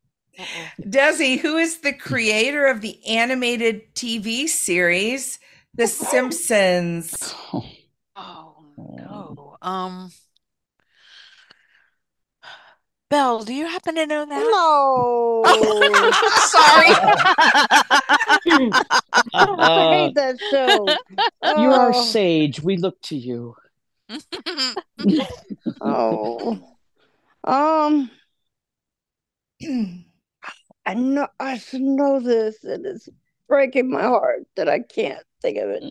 [SPEAKER 4] Desi, who is the creator of the animated TV series The Simpsons?
[SPEAKER 21] Oh, no. Um Belle, do you happen to know that?
[SPEAKER 13] No.
[SPEAKER 21] Sorry.
[SPEAKER 13] I hate that show.
[SPEAKER 14] you are
[SPEAKER 13] Oh.
[SPEAKER 14] sage. We look to you.
[SPEAKER 13] Oh. Um. I know I should know this, and it's breaking my heart that I can't think of it.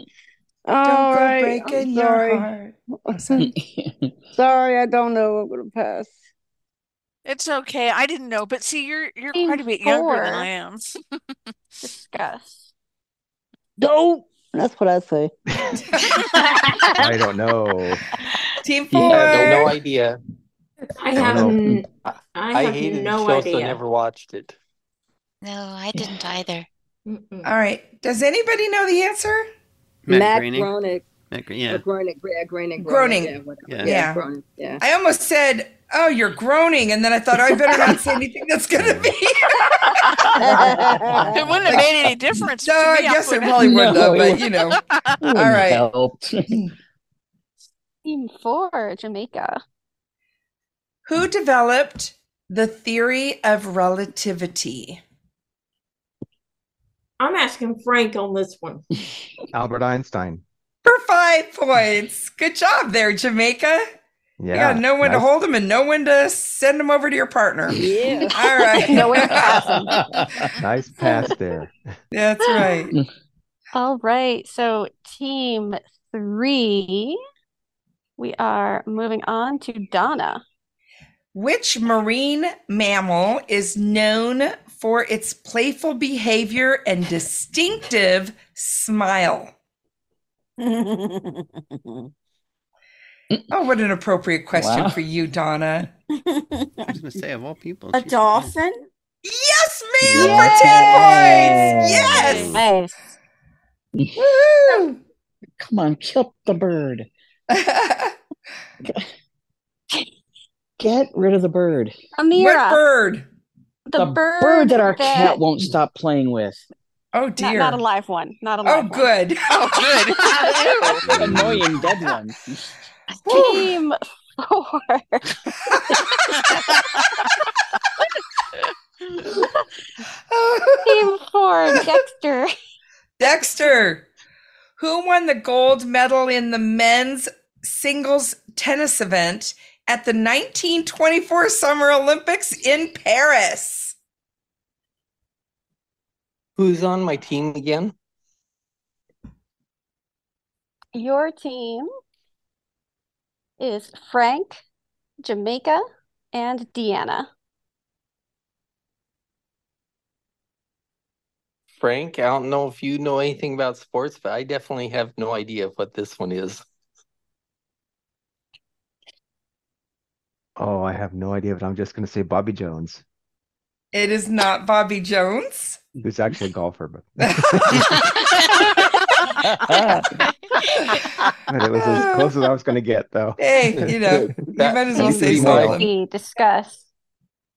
[SPEAKER 13] All
[SPEAKER 4] go
[SPEAKER 13] right,
[SPEAKER 4] breaking
[SPEAKER 13] I'm
[SPEAKER 4] your
[SPEAKER 13] sorry.
[SPEAKER 4] heart.
[SPEAKER 13] Sorry, I don't know. I'm gonna pass.
[SPEAKER 21] It's okay. I didn't know, but see, you're you're quite a bit younger than I am.
[SPEAKER 5] Discuss.
[SPEAKER 13] Don't. That's what I say.
[SPEAKER 23] I don't know.
[SPEAKER 4] Team
[SPEAKER 13] four.
[SPEAKER 25] Yeah, no, no idea.
[SPEAKER 24] I
[SPEAKER 25] Don't
[SPEAKER 24] have
[SPEAKER 25] know.
[SPEAKER 24] n-
[SPEAKER 25] I,
[SPEAKER 24] I
[SPEAKER 25] I
[SPEAKER 24] have
[SPEAKER 25] hated
[SPEAKER 24] no
[SPEAKER 25] the show, so
[SPEAKER 24] idea.
[SPEAKER 25] never watched it.
[SPEAKER 9] No, I didn't either.
[SPEAKER 4] All right. Does anybody know the answer?
[SPEAKER 7] Matt
[SPEAKER 26] Matt
[SPEAKER 7] Groening?
[SPEAKER 26] Groening.
[SPEAKER 7] Mac- yeah.
[SPEAKER 26] Or Groening, yeah, Groening,
[SPEAKER 4] Groaning.
[SPEAKER 26] yeah, whatever.
[SPEAKER 7] Yeah.
[SPEAKER 4] Yeah.
[SPEAKER 26] Groening, yeah.
[SPEAKER 4] I almost said, "Oh, you're groaning," and then I thought, "I better not say anything that's going to be."
[SPEAKER 21] It wouldn't have made any difference.
[SPEAKER 4] No,
[SPEAKER 21] to
[SPEAKER 4] I
[SPEAKER 21] me, I
[SPEAKER 4] guess it
[SPEAKER 21] wouldn't.
[SPEAKER 4] probably wouldn't,
[SPEAKER 14] No, it
[SPEAKER 4] have, but
[SPEAKER 14] wouldn't.
[SPEAKER 4] you know. All
[SPEAKER 14] Wouldn't
[SPEAKER 4] right.
[SPEAKER 14] helped.
[SPEAKER 5] Team four, Jamaica.
[SPEAKER 4] Who developed the theory of relativity?
[SPEAKER 24] I'm asking Frank on this one.
[SPEAKER 23] Albert Einstein.
[SPEAKER 4] For five points. Good job there, Jamaica.
[SPEAKER 23] Yeah.
[SPEAKER 4] You got to know when
[SPEAKER 23] nice.
[SPEAKER 4] to hold them and know when to send them over to your partner.
[SPEAKER 13] Yeah.
[SPEAKER 4] All right.
[SPEAKER 5] Know
[SPEAKER 4] when to pass
[SPEAKER 23] Nice pass there.
[SPEAKER 4] That's right.
[SPEAKER 5] All right. So, team three, we are moving on to Donna.
[SPEAKER 4] Which marine mammal is known for its playful behavior and distinctive smile? oh, what an appropriate question
[SPEAKER 7] Wow.
[SPEAKER 4] for you, Donna.
[SPEAKER 7] I was going to say, of all people.
[SPEAKER 24] A
[SPEAKER 7] she-
[SPEAKER 24] dolphin?
[SPEAKER 4] Yes,
[SPEAKER 7] ma'am,
[SPEAKER 24] for 10
[SPEAKER 14] points.
[SPEAKER 4] Yes.
[SPEAKER 5] Nice.
[SPEAKER 4] Woo!
[SPEAKER 14] Come on, kill the bird. Get rid of the bird.
[SPEAKER 5] Amira.
[SPEAKER 4] What bird?
[SPEAKER 5] The, bird,
[SPEAKER 14] that our cat won't stop playing with.
[SPEAKER 4] Oh
[SPEAKER 5] Not,
[SPEAKER 14] dear.
[SPEAKER 5] not a live one. Not a
[SPEAKER 4] Oh,
[SPEAKER 5] live one.
[SPEAKER 4] good.
[SPEAKER 21] Oh,
[SPEAKER 14] good. Annoying dead one.
[SPEAKER 5] Team four.
[SPEAKER 4] gold medal in the men's singles tennis event at the 1924 Summer Olympics in Paris.
[SPEAKER 25] Who's on my team again?
[SPEAKER 5] Your team is Frank, Jamaica, and Deanna.
[SPEAKER 25] Frank, I don't know if you know anything about sports, but I definitely have no idea what this one is.
[SPEAKER 23] Oh, I have no idea, but I'm just going to say Bobby Jones,
[SPEAKER 4] It is not Bobby Jones.
[SPEAKER 23] who's actually a golfer, but, but it was as close as I was going to get, though.
[SPEAKER 4] Hey, you know, you
[SPEAKER 23] might as well say
[SPEAKER 5] We discuss.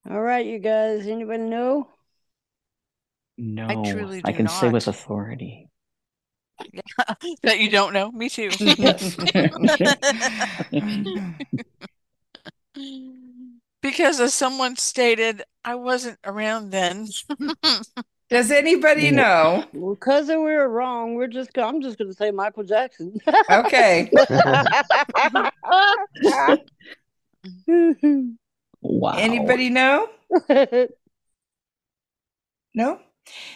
[SPEAKER 13] All right, you guys. Anybody know?
[SPEAKER 14] No,
[SPEAKER 21] I truly
[SPEAKER 14] I
[SPEAKER 21] do
[SPEAKER 14] can say with
[SPEAKER 21] not.
[SPEAKER 14] authority.
[SPEAKER 21] that you don't know. Me too. because as someone stated, I wasn't around then.
[SPEAKER 4] Does anybody know?
[SPEAKER 13] Well, because we were wrong, we're just. I'm just going to say Michael Jackson.
[SPEAKER 4] Okay.
[SPEAKER 14] Wow.
[SPEAKER 4] Anybody know? No?
[SPEAKER 14] No.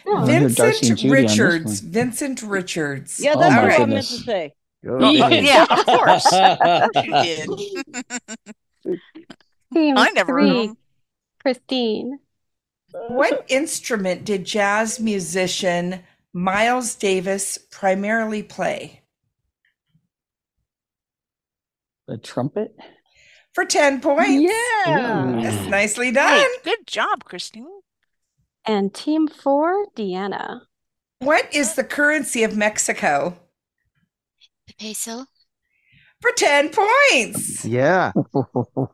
[SPEAKER 14] We'll hear Darcy and
[SPEAKER 4] Vincent
[SPEAKER 14] Judy on this
[SPEAKER 4] Richards.
[SPEAKER 14] one.
[SPEAKER 4] Vincent Richards.
[SPEAKER 13] Yeah,
[SPEAKER 14] Oh
[SPEAKER 13] that's
[SPEAKER 14] my
[SPEAKER 13] what I meant
[SPEAKER 14] goodness. Oh,
[SPEAKER 13] to say.
[SPEAKER 14] Go Yeah, ahead. yeah, of course. Of course you did.
[SPEAKER 5] Team
[SPEAKER 4] I never heard of
[SPEAKER 5] three,
[SPEAKER 4] him.
[SPEAKER 5] Christine.
[SPEAKER 4] What instrument did jazz musician Miles Davis primarily play?
[SPEAKER 14] The trumpet?
[SPEAKER 4] For 10 points.
[SPEAKER 14] Yeah.
[SPEAKER 4] That's nicely done.
[SPEAKER 21] Good job, Christine.
[SPEAKER 5] And team four, Deanna.
[SPEAKER 4] What is the currency of Mexico?
[SPEAKER 9] Peso.
[SPEAKER 4] For 10 points.
[SPEAKER 23] Yeah.
[SPEAKER 4] All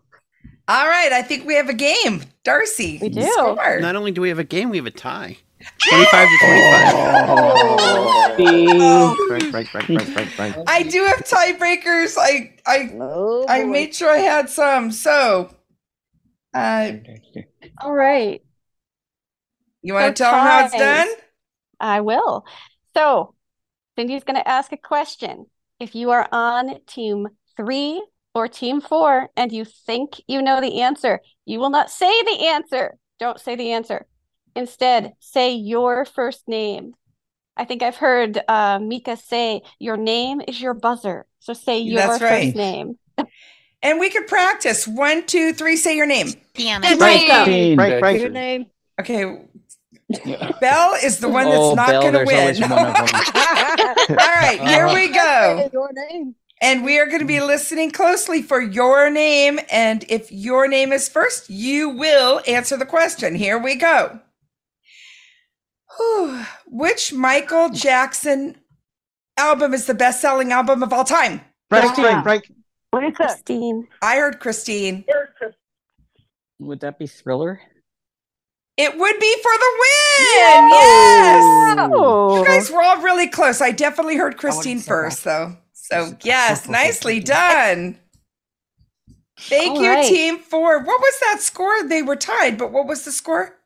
[SPEAKER 4] right, I think we have a game. Darcy, we
[SPEAKER 7] do.
[SPEAKER 4] Score.
[SPEAKER 7] Not only do we have a game, we have a tie. 25 to 25.
[SPEAKER 23] Oh. Frank, Frank, Frank, Frank, Frank, Frank.
[SPEAKER 4] I do have tiebreakers. I I
[SPEAKER 14] Oh,
[SPEAKER 4] I made sure I had some. So, uh,
[SPEAKER 5] All right.
[SPEAKER 4] you want to
[SPEAKER 5] So
[SPEAKER 4] tell them how it's
[SPEAKER 5] ties.
[SPEAKER 4] done?
[SPEAKER 5] I will. So, Cindy's going to ask a question. If you are on team three or team four and you think you know the answer, you will not say the answer. Don't say the answer. Instead, say your first name. I think I've heard uh, Mika say, Your name is your buzzer. So say your
[SPEAKER 4] That's
[SPEAKER 5] first
[SPEAKER 4] right.
[SPEAKER 5] name.
[SPEAKER 4] And we could practice. One, two, three. Say your name.
[SPEAKER 9] Deanna. Frank.
[SPEAKER 23] Frank, Frank.
[SPEAKER 13] Your name.
[SPEAKER 4] Okay. Bell is the one that's
[SPEAKER 14] Oh,
[SPEAKER 4] not
[SPEAKER 14] Belle,
[SPEAKER 4] going to
[SPEAKER 14] there's
[SPEAKER 4] win.
[SPEAKER 14] always one of 'em.
[SPEAKER 4] All right, here we go.
[SPEAKER 13] Your name.
[SPEAKER 4] And we are going to be listening closely for your name. And if your name is first, you will answer the question. Here we go. Whew. Which Michael Jackson album is the best selling album of all time?
[SPEAKER 23] Frank, Frank, Frank.
[SPEAKER 5] What is Christine.
[SPEAKER 4] I heard Christine.
[SPEAKER 14] Would that be Thriller?
[SPEAKER 4] It would be for the win. Yes.
[SPEAKER 5] Oh.
[SPEAKER 4] You guys were all really close. I definitely heard Christine first, though. So, yes, nicely done. Thank
[SPEAKER 5] All
[SPEAKER 4] you,
[SPEAKER 5] right.
[SPEAKER 4] team four. What was that score? They were tied, but what was the score?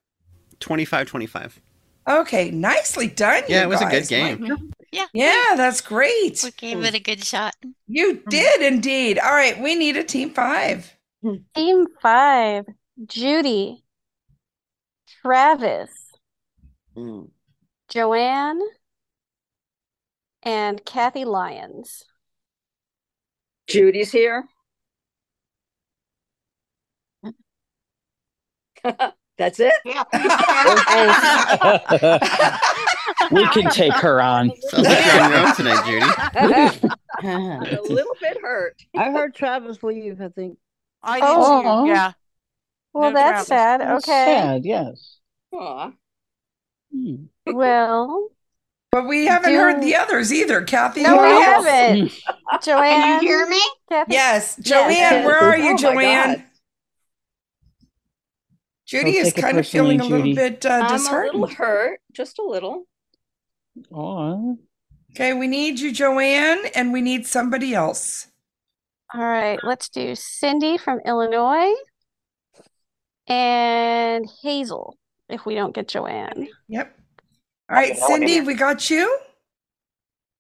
[SPEAKER 7] 25 25.
[SPEAKER 4] Okay, nicely done.
[SPEAKER 7] Yeah,
[SPEAKER 4] you
[SPEAKER 7] it was a good
[SPEAKER 4] guys.
[SPEAKER 7] game.
[SPEAKER 4] My-
[SPEAKER 9] Yeah.
[SPEAKER 4] Yeah, that's great.
[SPEAKER 9] We gave it a good shot.
[SPEAKER 4] You
[SPEAKER 5] Mm-hmm.
[SPEAKER 4] did indeed. All right, we need a team five.
[SPEAKER 5] Team five, Judy, Travis, Joanne, and Kathy Lyons.
[SPEAKER 1] Judy's here. That's it?
[SPEAKER 14] Hmm. we can take her on.
[SPEAKER 7] Sounds like you're on your own today, Judy.
[SPEAKER 1] I'm a little bit hurt.
[SPEAKER 13] I heard Travis leave. I think.
[SPEAKER 21] I
[SPEAKER 5] did
[SPEAKER 21] too, Oh. yeah.
[SPEAKER 5] Well,
[SPEAKER 21] No Travis.
[SPEAKER 5] that's sad.
[SPEAKER 14] That's
[SPEAKER 5] Okay.
[SPEAKER 14] sad, yes. Hmm.
[SPEAKER 1] Aw.
[SPEAKER 5] Well,
[SPEAKER 4] But we haven't
[SPEAKER 5] Do-
[SPEAKER 4] heard the others either, Kathy.
[SPEAKER 5] No,
[SPEAKER 4] who
[SPEAKER 5] we
[SPEAKER 4] else?
[SPEAKER 5] haven't. Joanne.
[SPEAKER 9] Can you hear me?
[SPEAKER 5] Kathy-
[SPEAKER 4] Yes,
[SPEAKER 5] Yes,
[SPEAKER 4] Joanne,
[SPEAKER 5] yes.
[SPEAKER 4] where are you,
[SPEAKER 1] Oh, my
[SPEAKER 4] Joanne?
[SPEAKER 1] God.
[SPEAKER 4] Judy
[SPEAKER 14] Don't
[SPEAKER 4] is
[SPEAKER 14] take it
[SPEAKER 4] kind of feeling a
[SPEAKER 14] personally,
[SPEAKER 4] little
[SPEAKER 14] Judy.
[SPEAKER 4] bit uh,
[SPEAKER 1] I'm a little
[SPEAKER 4] disheartened.
[SPEAKER 1] hurt, just a little.
[SPEAKER 14] Oh,
[SPEAKER 4] Okay, we need you, Joanne, and we need somebody else.
[SPEAKER 5] All right, let's do Cindy from Illinois and Hazel if we don't get Joanne.
[SPEAKER 4] Yep. All right, Cindy, we got you.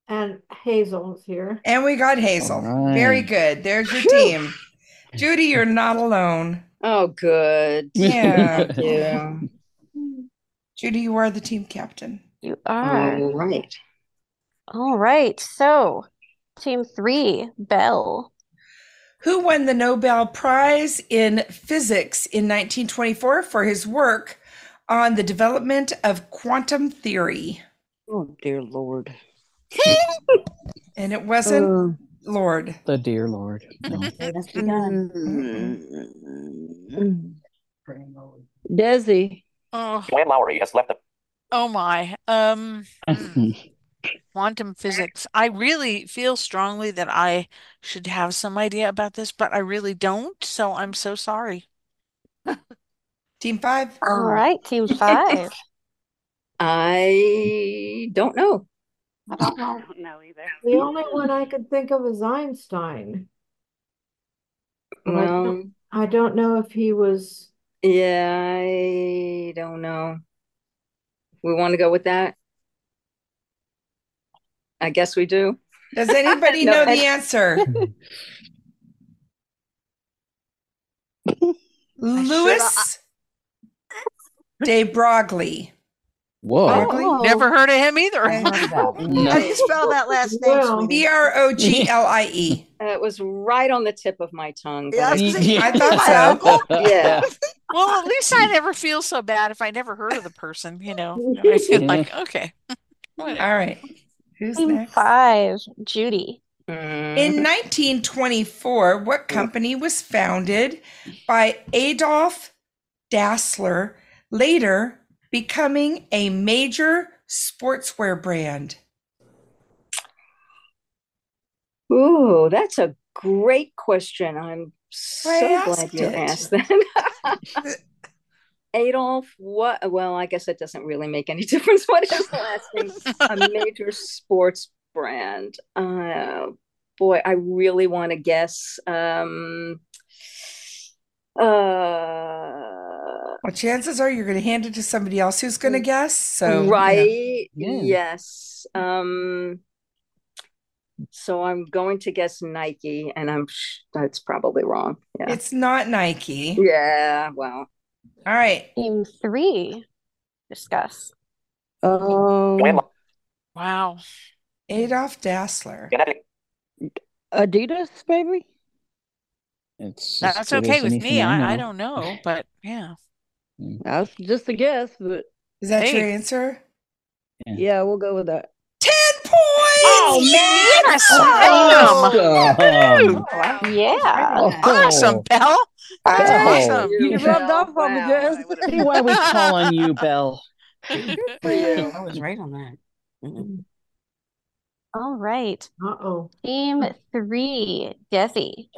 [SPEAKER 24] And Hazel's here.
[SPEAKER 4] And we got Hazel.
[SPEAKER 24] All
[SPEAKER 4] Very
[SPEAKER 24] right.
[SPEAKER 4] good. There's your team. Judy, you're not alone.
[SPEAKER 1] Oh, good.
[SPEAKER 4] Yeah.
[SPEAKER 1] Thank you.
[SPEAKER 4] Judy, you are the team captain.
[SPEAKER 5] You are.
[SPEAKER 1] All right.
[SPEAKER 5] All right. So, team three, Bell.
[SPEAKER 4] Who won the Nobel Prize in Physics in 1924 for his work on the development of quantum theory?
[SPEAKER 2] Oh, dear Lord.
[SPEAKER 4] And it wasn't Lord.
[SPEAKER 14] The dear Lord.
[SPEAKER 24] Uh,
[SPEAKER 14] Mm-hmm.
[SPEAKER 7] Mm.
[SPEAKER 24] Desi.
[SPEAKER 21] Oh,
[SPEAKER 14] Joanne Lowry has left the.
[SPEAKER 21] oh my. Um, quantum physics. I really feel strongly that I should have some idea about this, but I really don't. So I'm so sorry.
[SPEAKER 4] Team five.
[SPEAKER 5] All right, team five.
[SPEAKER 1] I don't know.
[SPEAKER 24] I don't know.
[SPEAKER 3] No, either.
[SPEAKER 24] The only one I could think of is Einstein. But I don't-
[SPEAKER 1] Well,
[SPEAKER 24] I don't know if he was.
[SPEAKER 1] yeah, I don't know. We want to go with that? I guess we do.
[SPEAKER 4] Does anybody
[SPEAKER 1] No,
[SPEAKER 4] know
[SPEAKER 1] I-
[SPEAKER 4] the answer? Louis de Broglie.
[SPEAKER 21] Oh, never heard of him either.
[SPEAKER 9] How do you spell that last name, sweetie?
[SPEAKER 4] B R O G L I E.
[SPEAKER 1] It was right on the tip of my tongue.
[SPEAKER 9] Yeah,
[SPEAKER 1] guys.
[SPEAKER 9] see?
[SPEAKER 4] I thought so.
[SPEAKER 1] Yeah.
[SPEAKER 21] Well, at least I never feel so bad if I never heard of the person, you know. I feel like, okay.
[SPEAKER 4] All right. Who's
[SPEAKER 5] Team
[SPEAKER 4] next?
[SPEAKER 5] five, Judy.
[SPEAKER 4] In 1924, what company was founded by Adolf Dassler, later becoming a major sportswear brand?
[SPEAKER 1] Ooh, that's a great question. I'm so glad
[SPEAKER 4] asked
[SPEAKER 1] you
[SPEAKER 4] it.
[SPEAKER 1] asked that. Adolf, what? Well, I guess it doesn't really make any difference what his last name. A major sports brand. Uh, boy, I really want to guess. Um, uh,
[SPEAKER 4] Well, chances are you're going to hand it to somebody else who's going to guess. So, you know.
[SPEAKER 1] right?
[SPEAKER 4] Yeah.
[SPEAKER 1] Yes. Um, so I'm going to guess Nike, and I'm sh- that's probably wrong. Yeah.
[SPEAKER 4] It's not Nike.
[SPEAKER 1] Yeah, well.
[SPEAKER 4] All right.
[SPEAKER 5] Team three, discuss.
[SPEAKER 13] Um,
[SPEAKER 21] Wow.
[SPEAKER 4] Adolf Dassler.
[SPEAKER 13] Adidas, maybe?
[SPEAKER 14] It's as
[SPEAKER 21] That's
[SPEAKER 14] good
[SPEAKER 21] okay
[SPEAKER 14] as
[SPEAKER 21] with
[SPEAKER 14] anything
[SPEAKER 21] me. I,
[SPEAKER 14] I
[SPEAKER 21] I
[SPEAKER 14] know.
[SPEAKER 21] don't know, but yeah.
[SPEAKER 13] That's just a guess, but.
[SPEAKER 4] Is that your
[SPEAKER 21] Hey.
[SPEAKER 4] answer?
[SPEAKER 13] Yeah. we'll go with that.
[SPEAKER 21] Oh, man. Yes. Awesome.
[SPEAKER 5] Yeah.
[SPEAKER 21] Awesome, Belle. That's
[SPEAKER 14] Belle.
[SPEAKER 21] awesome.
[SPEAKER 14] You
[SPEAKER 13] You rubbed off on me, Jess.
[SPEAKER 14] See why we call on you, Belle.
[SPEAKER 2] I was right on that. Mm-mm.
[SPEAKER 5] All right.
[SPEAKER 24] Uh-oh.
[SPEAKER 5] Team three, Desi.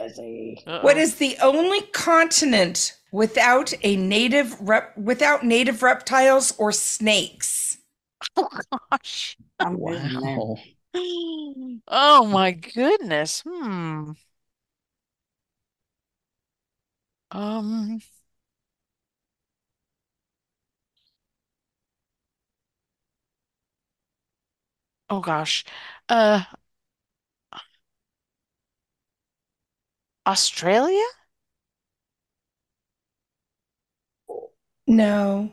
[SPEAKER 14] Oh,
[SPEAKER 4] What is the only continent without a native rep- without native reptiles or snakes?
[SPEAKER 21] Oh, gosh.
[SPEAKER 14] Wow.
[SPEAKER 21] Oh, my goodness. Hmm. Um, oh gosh. Uh, Australia?
[SPEAKER 4] No,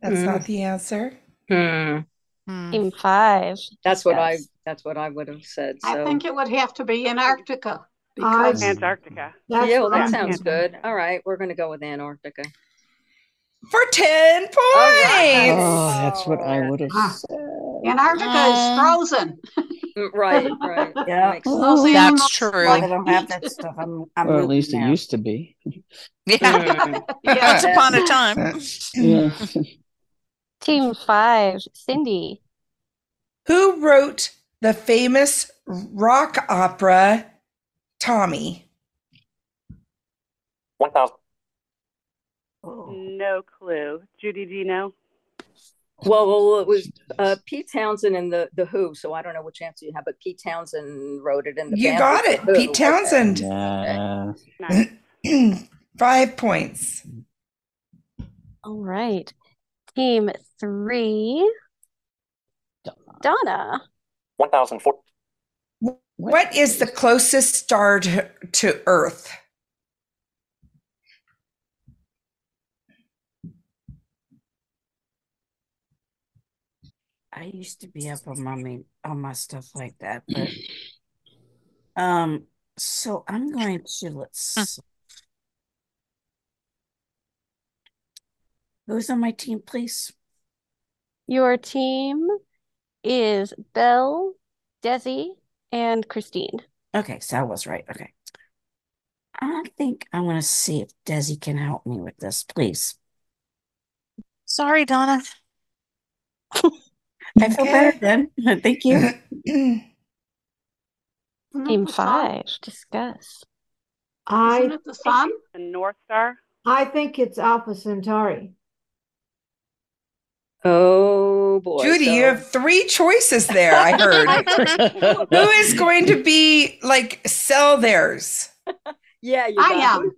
[SPEAKER 4] that's
[SPEAKER 1] Hmm.
[SPEAKER 4] not the answer.
[SPEAKER 1] Hmm.
[SPEAKER 5] Team five.
[SPEAKER 1] That's what I
[SPEAKER 5] discuss.
[SPEAKER 1] that's what I would have said.
[SPEAKER 3] I
[SPEAKER 1] So
[SPEAKER 3] think it would have to be Antarctica.
[SPEAKER 24] because-
[SPEAKER 3] Antarctica.
[SPEAKER 1] yeah,
[SPEAKER 24] That's
[SPEAKER 1] well
[SPEAKER 24] what
[SPEAKER 1] that
[SPEAKER 24] I'm
[SPEAKER 1] sounds
[SPEAKER 24] thinking.
[SPEAKER 1] good. All right, we're gonna go with Antarctica.
[SPEAKER 4] For 10 points.
[SPEAKER 14] Oh, that's what I would have
[SPEAKER 2] Ah,
[SPEAKER 14] said.
[SPEAKER 3] Antarctica is frozen.
[SPEAKER 1] Mm. Right, right.
[SPEAKER 2] Yeah.
[SPEAKER 1] Makes
[SPEAKER 3] Those
[SPEAKER 14] That's
[SPEAKER 3] animals
[SPEAKER 14] true.
[SPEAKER 2] Well,
[SPEAKER 3] like
[SPEAKER 2] they don't
[SPEAKER 3] to
[SPEAKER 2] have
[SPEAKER 3] eat.
[SPEAKER 2] that stuff. I'm, I'm
[SPEAKER 14] Or at least it
[SPEAKER 2] moving now.
[SPEAKER 14] used to be.
[SPEAKER 21] Yeah. Once upon a time.
[SPEAKER 14] Yeah.
[SPEAKER 5] Team five, Cindy.
[SPEAKER 4] Who wrote the famous rock opera Tommy?
[SPEAKER 14] One thousand.
[SPEAKER 3] No clue. Judy, do you know?
[SPEAKER 1] Well, well it was uh Pete Townsend and the the Who, so I don't know which answer you have, but Pete Townsend wrote it in the
[SPEAKER 4] You
[SPEAKER 1] band
[SPEAKER 4] got
[SPEAKER 1] was
[SPEAKER 4] it,
[SPEAKER 1] The Who.
[SPEAKER 4] Pete
[SPEAKER 1] Okay.
[SPEAKER 4] Townsend.
[SPEAKER 14] Nah.
[SPEAKER 4] Five points.
[SPEAKER 5] All right. Team three, Donna.
[SPEAKER 14] One thousand four.
[SPEAKER 4] what is the closest star to, to Earth?
[SPEAKER 2] I used to be up on my main- on my stuff like that, but um, so I'm going to let's. Who's on my team, please?
[SPEAKER 5] Your team is Belle, Desi, and Christine.
[SPEAKER 2] Okay, so I was right. Okay. I think I want to see if Desi can help me with this, please.
[SPEAKER 21] Sorry, Donna.
[SPEAKER 2] I feel better then. Thank you.
[SPEAKER 5] Team five, discuss.
[SPEAKER 11] I
[SPEAKER 3] Isn't it the sun? The North Star?
[SPEAKER 11] I think it's Alpha Centauri.
[SPEAKER 1] Oh boy.
[SPEAKER 4] Judy, you
[SPEAKER 1] so-
[SPEAKER 4] have three choices there, I heard. Who is going to be like sell theirs?
[SPEAKER 1] Yeah, you
[SPEAKER 4] I
[SPEAKER 1] got it.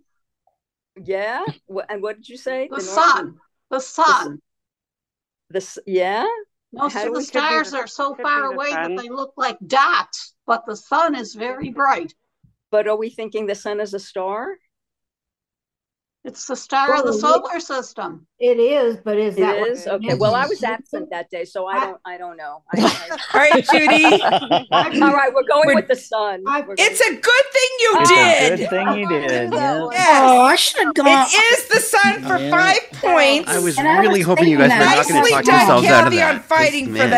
[SPEAKER 1] Yeah, Wha- and what did you say?
[SPEAKER 3] The
[SPEAKER 1] North-
[SPEAKER 3] sun. The sun.
[SPEAKER 1] The s- yeah.
[SPEAKER 3] Most
[SPEAKER 1] How
[SPEAKER 3] of
[SPEAKER 1] do
[SPEAKER 3] the
[SPEAKER 1] we- could be
[SPEAKER 3] stars
[SPEAKER 1] the-
[SPEAKER 3] are so
[SPEAKER 1] could be
[SPEAKER 3] far
[SPEAKER 1] the
[SPEAKER 3] away
[SPEAKER 1] sun.
[SPEAKER 3] that they look like dots, but the sun is very bright.
[SPEAKER 1] But are we thinking the sun is a star?
[SPEAKER 3] It's the star of the
[SPEAKER 1] Well,
[SPEAKER 3] solar system.
[SPEAKER 11] It is, but is
[SPEAKER 1] It is okay. Well, I was absent that day, so I don't. I don't know. I,
[SPEAKER 4] All right, Judy.
[SPEAKER 1] All right, we're going with the sun.
[SPEAKER 4] It's a good thing you
[SPEAKER 1] It's a
[SPEAKER 4] did.
[SPEAKER 14] Good thing you did. Yeah.
[SPEAKER 4] Oh, I
[SPEAKER 2] should have
[SPEAKER 4] gone. It is the sun for
[SPEAKER 14] Yeah.
[SPEAKER 4] five points.
[SPEAKER 7] I was really hoping you guys were not going to
[SPEAKER 4] Nicely
[SPEAKER 7] talk
[SPEAKER 4] done,
[SPEAKER 7] yourselves out of
[SPEAKER 4] Kathy,
[SPEAKER 7] that.
[SPEAKER 4] on fighting
[SPEAKER 7] This
[SPEAKER 4] for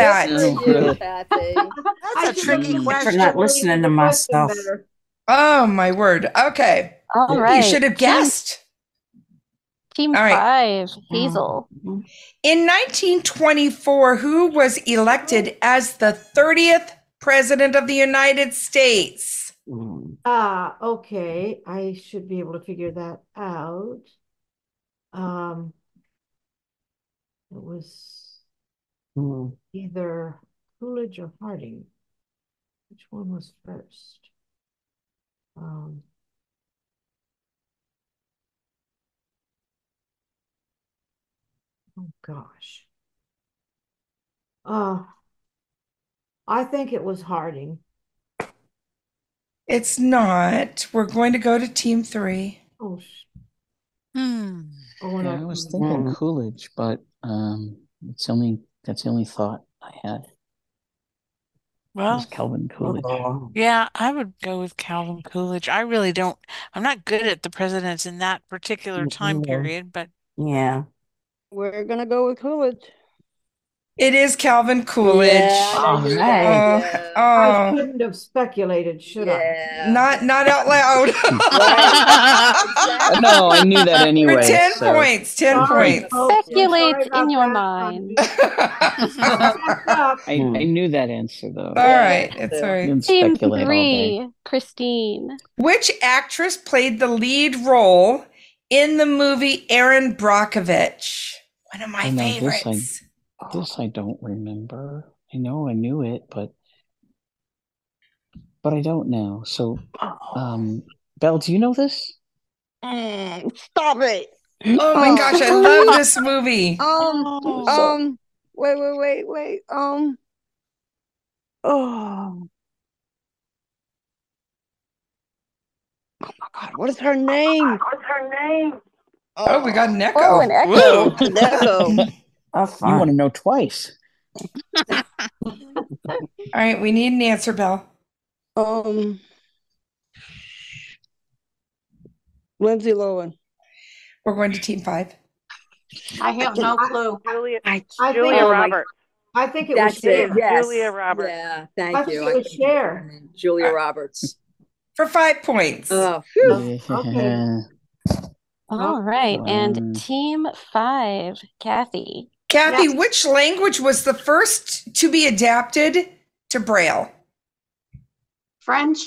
[SPEAKER 7] man.
[SPEAKER 4] that.
[SPEAKER 2] That's a tricky
[SPEAKER 4] question.
[SPEAKER 2] For not listening to myself.
[SPEAKER 4] Oh my word. Okay.
[SPEAKER 5] All
[SPEAKER 4] You
[SPEAKER 5] right.
[SPEAKER 4] should have guessed.
[SPEAKER 5] Team
[SPEAKER 4] All right.
[SPEAKER 5] five,
[SPEAKER 11] Mm-hmm.
[SPEAKER 5] Hazel.
[SPEAKER 4] In 1924, who was elected as the 30th president of the United States?
[SPEAKER 11] Ah, okay. I should be able to figure that out. Um, it was
[SPEAKER 18] Mm-hmm.
[SPEAKER 11] either Coolidge or Harding. Which one was first? Um, oh gosh. Uh, I think it was Harding.
[SPEAKER 4] It's not. We're going to go to team three.
[SPEAKER 11] Oh,
[SPEAKER 21] Hmm.
[SPEAKER 11] oh,
[SPEAKER 14] Yeah, I was
[SPEAKER 2] Mm-hmm.
[SPEAKER 14] thinking Coolidge, but um, it's only that's the only thought I had. It was
[SPEAKER 21] Well,
[SPEAKER 14] Calvin Coolidge.
[SPEAKER 21] yeah, I would go with Calvin Coolidge. I really don't, I'm not good at the presidents in that particular
[SPEAKER 2] Me
[SPEAKER 21] time
[SPEAKER 2] neither.
[SPEAKER 21] period, but
[SPEAKER 2] Yeah.
[SPEAKER 13] We're gonna go with Coolidge.
[SPEAKER 4] It is Calvin Coolidge.
[SPEAKER 11] Yeah, there you go.
[SPEAKER 4] Oh,
[SPEAKER 11] I
[SPEAKER 4] oh.
[SPEAKER 11] shouldn't have speculated, should I?
[SPEAKER 4] Not not out loud.
[SPEAKER 14] No, I knew that anyway.
[SPEAKER 4] For 10
[SPEAKER 14] so-
[SPEAKER 4] points, 10
[SPEAKER 11] Sorry,
[SPEAKER 4] points.
[SPEAKER 11] folks, I'm sorry
[SPEAKER 5] Speculate
[SPEAKER 11] about
[SPEAKER 5] in your
[SPEAKER 11] that.
[SPEAKER 5] mind.
[SPEAKER 14] I, I knew that answer though.
[SPEAKER 4] All right, it's all right.
[SPEAKER 14] Didn't
[SPEAKER 5] Team
[SPEAKER 14] speculate all day.
[SPEAKER 5] three, Christine.
[SPEAKER 4] Which actress played the lead role in the movie Erin Brockovich? One of my
[SPEAKER 14] I know
[SPEAKER 4] favorites.
[SPEAKER 14] This I, this I don't remember. I know I knew it, but but I don't now. So,
[SPEAKER 4] Oh.
[SPEAKER 14] um, Belle, do you know this?
[SPEAKER 13] Mm, stop it.
[SPEAKER 4] Oh my gosh, I love this movie.
[SPEAKER 13] Um,
[SPEAKER 4] So-
[SPEAKER 13] um, wait, wait, wait, wait. Um, oh, Oh God, what is her name? What's her name?
[SPEAKER 4] Oh, we got an echo.
[SPEAKER 13] Oh, an echo. An echo.
[SPEAKER 4] Oh,
[SPEAKER 14] You want to know twice?
[SPEAKER 4] All right, we need an answer, Belle.
[SPEAKER 13] Um, Lindsay Lohan.
[SPEAKER 4] We're going to team five.
[SPEAKER 3] I have no clue.
[SPEAKER 21] Julia,
[SPEAKER 11] I think-
[SPEAKER 3] Julia
[SPEAKER 11] Oh my-
[SPEAKER 3] Roberts.
[SPEAKER 11] I think it was
[SPEAKER 1] That's it.
[SPEAKER 11] Cher.
[SPEAKER 1] Yes.
[SPEAKER 3] Julia Roberts.
[SPEAKER 1] Yeah.
[SPEAKER 11] I
[SPEAKER 1] Thank
[SPEAKER 11] think it
[SPEAKER 1] you. I
[SPEAKER 11] was
[SPEAKER 1] couldn't think of
[SPEAKER 11] Cher.
[SPEAKER 1] her name. Julia Roberts.
[SPEAKER 4] For five points.
[SPEAKER 1] Oh,
[SPEAKER 14] Yeah.
[SPEAKER 5] All right.
[SPEAKER 14] Um,
[SPEAKER 5] And team five, Kathy.
[SPEAKER 4] Kathy, which language was the first to be adapted to Braille?
[SPEAKER 3] French.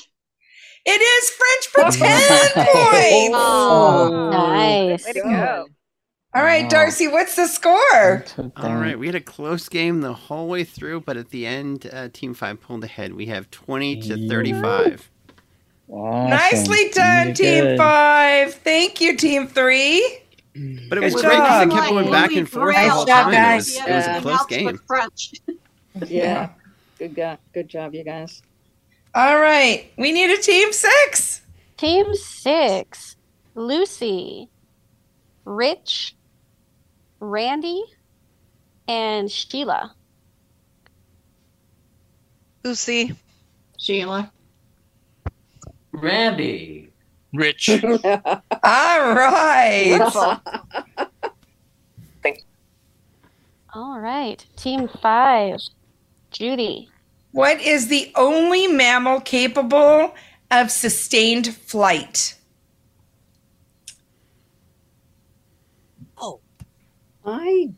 [SPEAKER 4] It is French for 10 points.
[SPEAKER 5] Oh, Nice.
[SPEAKER 3] Oh. Way to go.
[SPEAKER 4] All right, Darcy, what's the score?
[SPEAKER 7] All right, we had a close game the whole way through, but at the end, uh, Team Five pulled ahead. We have twenty to thirty-five.
[SPEAKER 4] Nicely done, Team Five. Thank you, Team Three.
[SPEAKER 7] But it was
[SPEAKER 4] Good
[SPEAKER 7] great because it
[SPEAKER 4] job.
[SPEAKER 7] kept going back and forth the
[SPEAKER 1] Nice
[SPEAKER 7] whole
[SPEAKER 1] job,
[SPEAKER 7] time. It
[SPEAKER 1] guys.
[SPEAKER 7] was, it was a
[SPEAKER 1] Yeah.
[SPEAKER 7] close game.
[SPEAKER 3] French.
[SPEAKER 1] Yeah. Good, go- good job, you guys.
[SPEAKER 4] All right. We need a team six.
[SPEAKER 5] Team six Lucy, Rich, Randy, and Sheila.
[SPEAKER 16] Lucy.
[SPEAKER 27] Sheila.
[SPEAKER 26] Randy.
[SPEAKER 18] Rich.
[SPEAKER 4] All right.
[SPEAKER 5] All right. Team five Judy.
[SPEAKER 4] What is the only mammal capable of sustained flight?
[SPEAKER 1] I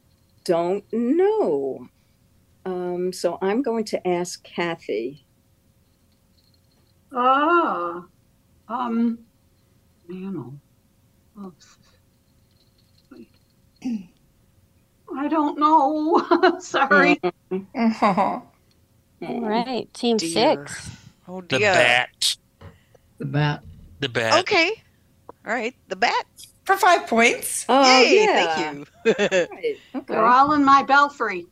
[SPEAKER 1] don't know. Um, so I'm going to ask Kathy.
[SPEAKER 3] Ah, um, mammal. Oops. I don't know. Sorry.
[SPEAKER 16] Mm-hmm.
[SPEAKER 5] All right. Team six.
[SPEAKER 16] Oh
[SPEAKER 18] The
[SPEAKER 16] dear.
[SPEAKER 18] bat.
[SPEAKER 27] The bat.
[SPEAKER 18] The bat.
[SPEAKER 16] Okay. All right. The bat.
[SPEAKER 4] For five points.
[SPEAKER 16] Oh, Yay,
[SPEAKER 3] yeah.
[SPEAKER 16] Thank you.
[SPEAKER 3] They're all in my belfry.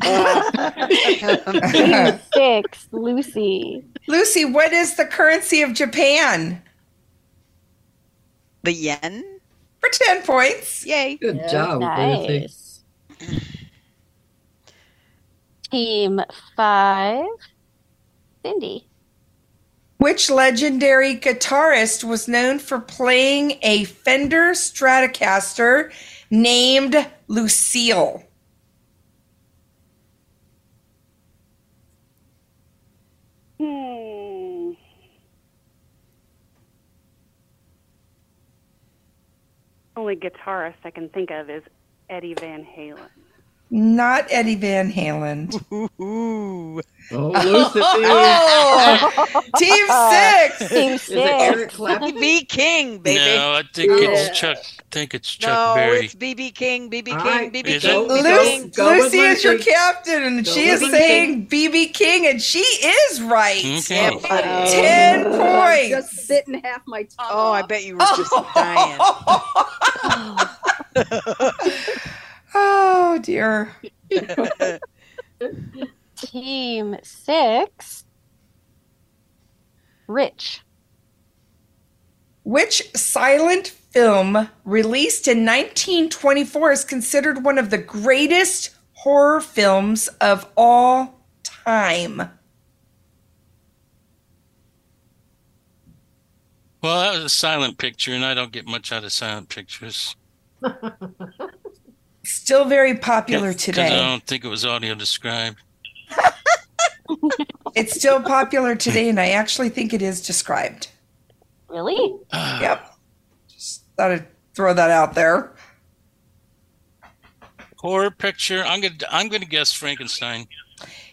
[SPEAKER 5] Team six Lucy.
[SPEAKER 4] Lucy, what is the currency of Japan?
[SPEAKER 16] The yen.
[SPEAKER 4] For 10 points.
[SPEAKER 16] Yay.
[SPEAKER 4] Good
[SPEAKER 27] job, Dorothy.
[SPEAKER 5] Nice. Team five Cindy.
[SPEAKER 4] Which legendary guitarist was known for playing a Fender Stratocaster named Lucille?
[SPEAKER 28] Hmm. Only guitarist I can think of is Eddie Van Halen.
[SPEAKER 4] Not Eddie Van Halen. Oh. Team six.
[SPEAKER 28] Team
[SPEAKER 18] Is it Eric six. Clapton?
[SPEAKER 16] BB King, baby.
[SPEAKER 18] No, I think it's Chuck. I think it's Chuck
[SPEAKER 16] No,
[SPEAKER 18] Berry.
[SPEAKER 16] it's BB King, BB King,
[SPEAKER 18] All right,
[SPEAKER 16] BB
[SPEAKER 18] is
[SPEAKER 16] King.
[SPEAKER 18] it?
[SPEAKER 16] BB
[SPEAKER 18] Go-
[SPEAKER 16] King.
[SPEAKER 18] go with
[SPEAKER 4] Lucy is your
[SPEAKER 18] Lucy.
[SPEAKER 4] captain, and
[SPEAKER 18] Go
[SPEAKER 4] she
[SPEAKER 18] with
[SPEAKER 4] is
[SPEAKER 18] Lucy.
[SPEAKER 4] saying BB King, and she is right.
[SPEAKER 18] Okay.
[SPEAKER 4] Ten
[SPEAKER 1] I
[SPEAKER 4] points.
[SPEAKER 1] just bitten half my tongue.
[SPEAKER 16] Oh, I bet you were just dying.
[SPEAKER 4] Oh dear.
[SPEAKER 5] Team six Rich.
[SPEAKER 4] Which silent film released in 1924 is considered one of the greatest horror films of all time?
[SPEAKER 18] Well, that was a silent picture, and I don't get much out of silent pictures.
[SPEAKER 4] Still very popular
[SPEAKER 18] Because I
[SPEAKER 4] today.
[SPEAKER 18] don't think it was audio described.
[SPEAKER 4] It's still popular today, and I actually think it is described.
[SPEAKER 5] Really?
[SPEAKER 4] Yep. Just thought I'd throw that out there.
[SPEAKER 18] Horror picture. I'm gonna. I'm gonna guess Frankenstein.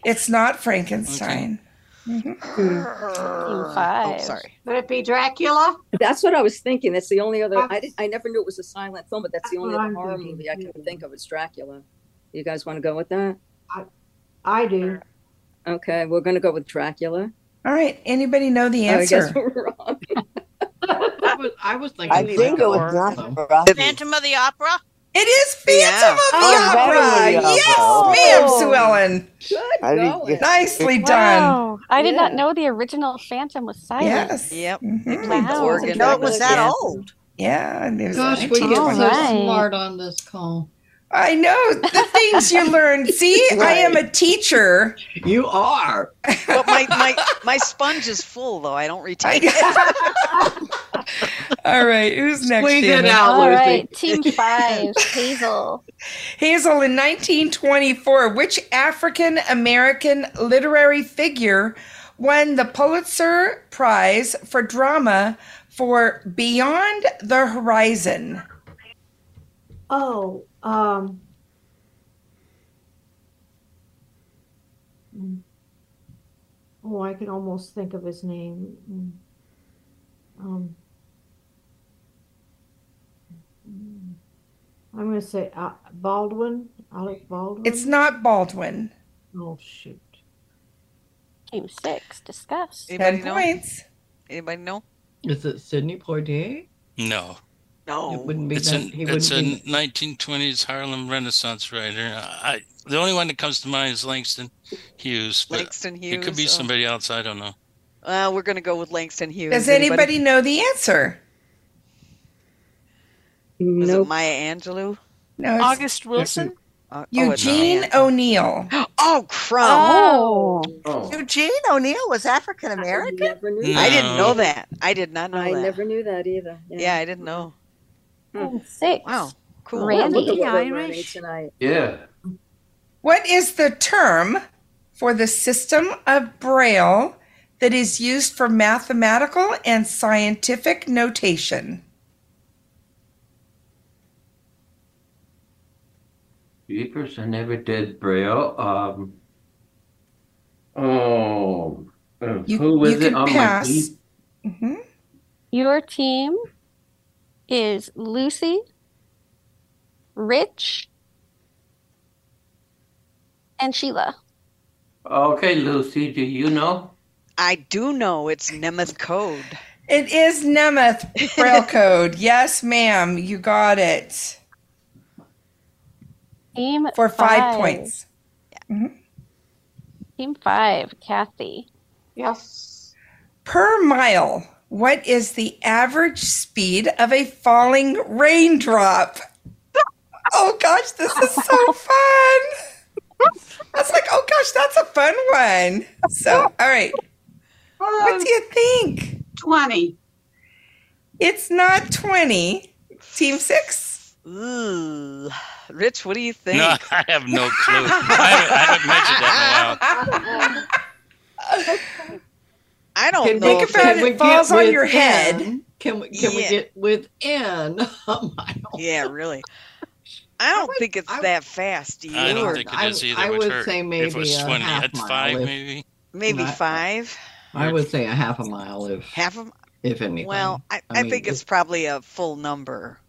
[SPEAKER 4] It's not Frankenstein.
[SPEAKER 11] Mm-hmm.
[SPEAKER 5] Team
[SPEAKER 1] five.
[SPEAKER 16] Oh, sorry.
[SPEAKER 3] Would it be Dracula?
[SPEAKER 1] That's what I was thinking. That's the only other. I didn't, I never knew it was a silent film, but that's the
[SPEAKER 24] That's
[SPEAKER 1] only
[SPEAKER 24] what
[SPEAKER 1] other
[SPEAKER 24] I'm
[SPEAKER 1] horror
[SPEAKER 24] thinking,
[SPEAKER 1] movie I can think of. It's Dracula. You guys want to go with that?
[SPEAKER 24] I do.
[SPEAKER 1] Okay, we're going to go with Dracula.
[SPEAKER 4] All right. Anybody know the
[SPEAKER 1] Oh, I guess
[SPEAKER 4] answer?
[SPEAKER 1] we're wrong.
[SPEAKER 27] I was, I was thinking.
[SPEAKER 10] I think it was not
[SPEAKER 9] Phantom of the Opera?
[SPEAKER 4] It is Phantom of the
[SPEAKER 10] Oh,
[SPEAKER 4] Opera.
[SPEAKER 10] Phantom of the
[SPEAKER 4] Yes,
[SPEAKER 10] Opera.
[SPEAKER 4] ma'am, Sue Ellen.
[SPEAKER 10] I didn't get-
[SPEAKER 4] Nicely done.
[SPEAKER 5] Wow. I did not know the original Phantom was silent.
[SPEAKER 4] Yes. Mm-hmm.
[SPEAKER 16] Yep.
[SPEAKER 5] Wow.
[SPEAKER 16] organ No, it was that again. old.
[SPEAKER 4] Yeah. and it was
[SPEAKER 27] Gosh, we get so
[SPEAKER 4] 1921.
[SPEAKER 27] smart on this call.
[SPEAKER 4] I know the things you learn. See, I am a teacher.
[SPEAKER 27] You are.
[SPEAKER 16] But my, my, my sponge is full, though. I don't retain
[SPEAKER 4] All right. Who's next?
[SPEAKER 16] Squeeze it
[SPEAKER 4] Shannon?
[SPEAKER 16] out,
[SPEAKER 5] All right, team five, Hazel.
[SPEAKER 4] Hazel, in 1924, which African American literary figure won the Pulitzer Prize for drama for Beyond the Horizon?
[SPEAKER 24] Oh, um. mm. Oh, I can almost think of his name. Mm. Um. mm. I'm gonna say uh, Baldwin, Alec Baldwin.
[SPEAKER 4] It's not Baldwin.
[SPEAKER 24] Oh, shoot.
[SPEAKER 5] Team six, discuss.
[SPEAKER 16] Anybody know?
[SPEAKER 4] points.
[SPEAKER 16] Anybody know?
[SPEAKER 27] Is it Sidney Poitier?
[SPEAKER 18] No.
[SPEAKER 16] No.
[SPEAKER 27] It wouldn't be
[SPEAKER 18] It's
[SPEAKER 27] that.
[SPEAKER 18] an
[SPEAKER 27] He
[SPEAKER 18] it's
[SPEAKER 27] wouldn't
[SPEAKER 18] a
[SPEAKER 27] be.
[SPEAKER 18] 1920s Harlem Renaissance writer. I the only one that comes to mind is Langston Hughes. But
[SPEAKER 16] Langston
[SPEAKER 18] It could be
[SPEAKER 16] Hughes, oh.
[SPEAKER 18] somebody else. I don't know.
[SPEAKER 16] Uh, we're going to go with Langston Hughes.
[SPEAKER 4] Does anybody know the answer?
[SPEAKER 16] Was it Maya Angelou?
[SPEAKER 4] No, it's-
[SPEAKER 21] August Wilson?
[SPEAKER 16] Uh, oh, it's
[SPEAKER 4] Eugene O'Neill.
[SPEAKER 16] Oh, crumb.
[SPEAKER 21] Oh.
[SPEAKER 6] Eugene O'Neill was African American.
[SPEAKER 16] I didn't know that. I did not know
[SPEAKER 1] I
[SPEAKER 16] that.
[SPEAKER 1] never knew that either.
[SPEAKER 16] yeah. I didn't know.
[SPEAKER 1] Oh,
[SPEAKER 5] six.
[SPEAKER 16] Wow. Cool.
[SPEAKER 1] Randy.
[SPEAKER 16] Look at what we're learning
[SPEAKER 1] Irish. Tonight.
[SPEAKER 12] Yeah.
[SPEAKER 4] What is the term for the system of Braille that is used for mathematical and scientific notation?
[SPEAKER 12] Yeekers, I never did Braille. Um, oh, uh,
[SPEAKER 5] You-
[SPEAKER 12] who was
[SPEAKER 5] you
[SPEAKER 12] it
[SPEAKER 5] can
[SPEAKER 12] on
[SPEAKER 5] pass.
[SPEAKER 12] my team?
[SPEAKER 4] Mm-hmm.
[SPEAKER 5] Your team is Lucy, Rich, and Sheila.
[SPEAKER 12] Okay, Lucy, do you know?
[SPEAKER 16] I do know it's Nemeth Code.
[SPEAKER 4] It is Nemeth Braille Code. Yes, ma'am. You got it.
[SPEAKER 5] Team
[SPEAKER 4] For five points. Mm-hmm.
[SPEAKER 5] Team five, Kathy.
[SPEAKER 4] Yes. Per mile, what is the average speed of a falling raindrop? Oh gosh, this is so fun. I was like, oh gosh, that's a fun one. So, all right. What do you think? 20. It's not 20. Team six.
[SPEAKER 16] Ooh. Rich, what do you think?
[SPEAKER 18] No, I have no clue. I haven't, I haven't measured that in a while.
[SPEAKER 16] I don't
[SPEAKER 27] Can
[SPEAKER 16] know.
[SPEAKER 27] we-
[SPEAKER 16] if
[SPEAKER 27] can
[SPEAKER 16] it-
[SPEAKER 27] we get within? Can we can we
[SPEAKER 16] Yeah.
[SPEAKER 27] get Oh within?
[SPEAKER 16] yeah, really. I don't think it's that fast. Do you?
[SPEAKER 18] I don't think it is either.
[SPEAKER 27] I
[SPEAKER 18] with
[SPEAKER 27] would
[SPEAKER 18] her.
[SPEAKER 27] say
[SPEAKER 18] if it
[SPEAKER 27] maybe
[SPEAKER 18] was
[SPEAKER 27] a
[SPEAKER 18] 20,
[SPEAKER 27] half
[SPEAKER 18] at
[SPEAKER 27] mile
[SPEAKER 18] five,
[SPEAKER 27] if-
[SPEAKER 18] maybe.
[SPEAKER 16] Maybe
[SPEAKER 27] Not-
[SPEAKER 16] five.
[SPEAKER 27] I would say a half a mile if
[SPEAKER 16] Half of.
[SPEAKER 27] if anything.
[SPEAKER 16] Well, I, I,
[SPEAKER 27] I mean,
[SPEAKER 16] think it's probably a full number.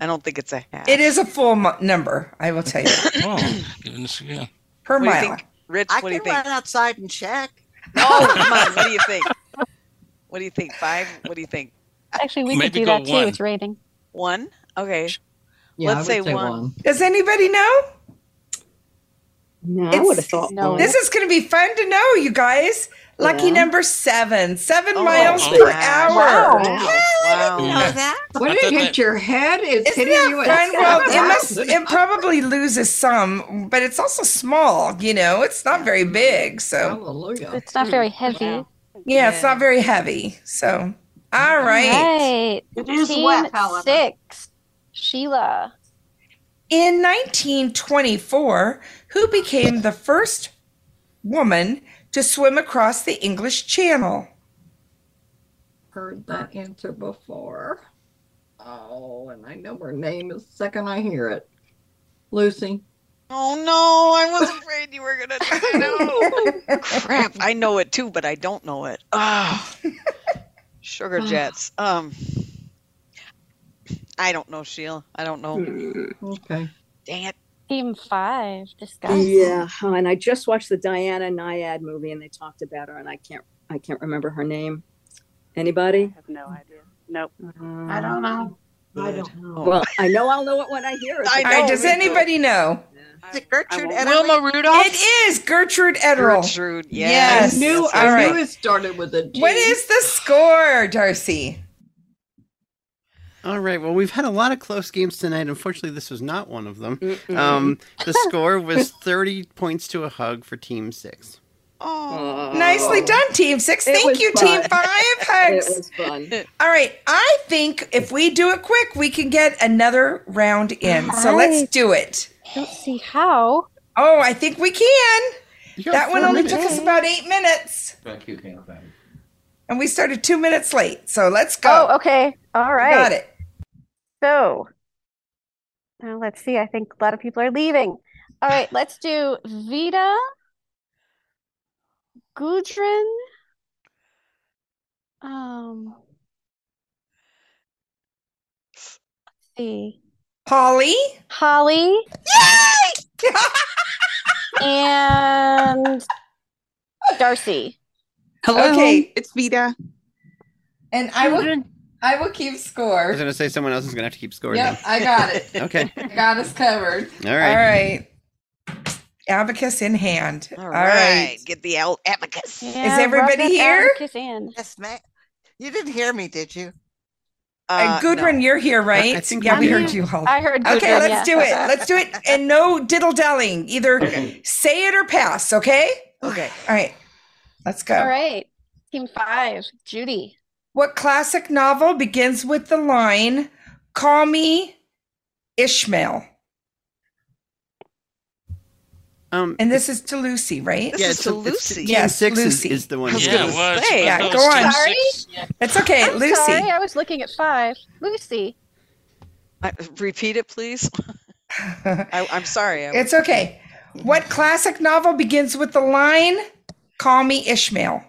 [SPEAKER 16] I don't think it's a half.
[SPEAKER 4] It is a full mu- number, I will tell you.
[SPEAKER 18] Oh, goodness, yeah.
[SPEAKER 4] Per
[SPEAKER 16] What do you
[SPEAKER 4] mile.
[SPEAKER 16] think? Rich,
[SPEAKER 6] I
[SPEAKER 16] what do you
[SPEAKER 6] can
[SPEAKER 16] think?
[SPEAKER 6] run outside and check.
[SPEAKER 16] Oh, come on. What do you think? What do you think? Five? What do you think?
[SPEAKER 5] Actually, we
[SPEAKER 16] Maybe
[SPEAKER 5] could do
[SPEAKER 16] go
[SPEAKER 5] that too.
[SPEAKER 16] one.
[SPEAKER 5] It's rating.
[SPEAKER 16] One? Okay.
[SPEAKER 5] Yeah,
[SPEAKER 16] Let's
[SPEAKER 5] I would
[SPEAKER 16] say,
[SPEAKER 5] say
[SPEAKER 16] one.
[SPEAKER 5] one.
[SPEAKER 4] Does anybody know?
[SPEAKER 1] No, I
[SPEAKER 4] It's-
[SPEAKER 1] would have thought. one.
[SPEAKER 4] This is going to be fun to know, you guys. Lucky
[SPEAKER 1] Yeah.
[SPEAKER 4] number seven, seven
[SPEAKER 1] Oh,
[SPEAKER 4] miles
[SPEAKER 1] oh
[SPEAKER 4] per
[SPEAKER 1] my
[SPEAKER 4] hour.
[SPEAKER 1] gosh.
[SPEAKER 4] Yeah, I didn't know that.
[SPEAKER 27] When it hits your head, it's
[SPEAKER 4] Isn't
[SPEAKER 27] hitting
[SPEAKER 4] that
[SPEAKER 27] you
[SPEAKER 4] fun?
[SPEAKER 27] at
[SPEAKER 4] Well,
[SPEAKER 27] seven
[SPEAKER 4] it must.
[SPEAKER 27] thousand.
[SPEAKER 4] It probably loses some, but it's also small. You know, it's not very big, so
[SPEAKER 27] Hallelujah.
[SPEAKER 5] It's not very heavy.
[SPEAKER 4] yeah, it's not very heavy. So, all right.
[SPEAKER 5] right.
[SPEAKER 4] It is
[SPEAKER 5] Team
[SPEAKER 4] wet, however.
[SPEAKER 5] Six, Sheila.
[SPEAKER 4] In 1924, who became the first woman to swim across the English Channel?
[SPEAKER 27] heard that answer before. Oh, and I know her name is second I hear it. Lucy.
[SPEAKER 16] Oh no, I was afraid you were gonna no. Crap, I know it too, but I don't know it. Ah, sugar jets. Um, I don't know, Sheila. I don't
[SPEAKER 4] Mm.
[SPEAKER 16] know.
[SPEAKER 27] Okay.
[SPEAKER 16] Dang it.
[SPEAKER 5] Team five, discuss.
[SPEAKER 1] Yeah, huh, and I just watched the Diana Nyad movie, and they talked about her, and I can't, I can't remember her name. Anybody?
[SPEAKER 28] No idea. Nope.
[SPEAKER 1] I don't know.
[SPEAKER 28] I
[SPEAKER 1] don't know. Well, I know I'll know it when I hear it.
[SPEAKER 4] All right, does anybody know?
[SPEAKER 6] Is it Gertrude
[SPEAKER 1] won't-
[SPEAKER 6] Ederle?
[SPEAKER 21] Wilma Rudolph?
[SPEAKER 4] It is Gertrude Ederle.
[SPEAKER 16] Gertrude,
[SPEAKER 27] I knew I knew it started with a G.
[SPEAKER 4] What is the score, Darcy?
[SPEAKER 7] All right. Well, we've had a lot of close games tonight. Unfortunately, this was not one of them. Um, the score was 30 points to a hug for Team Six.
[SPEAKER 16] Oh.
[SPEAKER 4] Nicely done, Team Six.
[SPEAKER 7] It
[SPEAKER 4] Thank
[SPEAKER 7] was
[SPEAKER 4] you,
[SPEAKER 7] fun.
[SPEAKER 4] Team Five. Hugs.
[SPEAKER 1] It was fun.
[SPEAKER 4] All right. I think if we do it quick, we can get another round in. So let's do it.
[SPEAKER 5] Don't see how.
[SPEAKER 4] Oh, I think we can.
[SPEAKER 7] got
[SPEAKER 4] That one
[SPEAKER 7] four
[SPEAKER 4] only took
[SPEAKER 7] minutes.
[SPEAKER 4] us about eight minutes,
[SPEAKER 12] Thank you, Campbell.
[SPEAKER 4] and we started two minutes late. So let's go.
[SPEAKER 5] Oh, okay. All right.
[SPEAKER 4] Got it.
[SPEAKER 5] So now let's see. I think a lot of people are leaving. All right, let's do Vita, Gudrun. Um, let's see.
[SPEAKER 4] Polly.
[SPEAKER 5] Holly. and Darcy.
[SPEAKER 22] Hello,
[SPEAKER 4] Okay.
[SPEAKER 22] it's Vita.
[SPEAKER 4] And I will. I will keep
[SPEAKER 7] I
[SPEAKER 4] score.
[SPEAKER 7] was going to say someone else is going to have to keep score.
[SPEAKER 4] Yep, I got it.
[SPEAKER 7] then. Okay.
[SPEAKER 4] I got us covered.
[SPEAKER 7] All right.
[SPEAKER 4] All right. abacus in hand. All
[SPEAKER 16] All right. Get the old abacus.
[SPEAKER 4] Is everybody here?
[SPEAKER 16] Yes, ma'am.
[SPEAKER 6] You didn't hear me, did you?
[SPEAKER 4] Uh, Goodwin, you're here, right? yeah, we heard you. Hulk.
[SPEAKER 6] I heard
[SPEAKER 4] Okay,
[SPEAKER 6] Goodwin,
[SPEAKER 4] let's
[SPEAKER 6] yeah.
[SPEAKER 4] do it. Let's do it, and no diddle dallying. Either say it or pass. Okay.
[SPEAKER 5] Okay.
[SPEAKER 4] All right. Let's go.
[SPEAKER 5] All right. Team five, Judy.
[SPEAKER 4] What classic novel begins with the line "Call me Ishmael"?
[SPEAKER 7] Um,
[SPEAKER 4] and this is to Lucy, right?
[SPEAKER 7] Yeah, it's, it's, it's,
[SPEAKER 4] yes,
[SPEAKER 7] six is,
[SPEAKER 4] Lucy.
[SPEAKER 7] is the one.
[SPEAKER 4] I was
[SPEAKER 7] yeah.
[SPEAKER 4] gonna Yeah, it was. say. Yeah,
[SPEAKER 5] I'm
[SPEAKER 4] go on.
[SPEAKER 5] Sorry.
[SPEAKER 4] It's okay,
[SPEAKER 5] I'm
[SPEAKER 4] Lucy.
[SPEAKER 5] Sorry, I was looking at five. Lucy.
[SPEAKER 16] I, Uh, repeat it, please. I, I'm sorry. I
[SPEAKER 4] It's okay. What classic novel begins with the line "Call me Ishmael"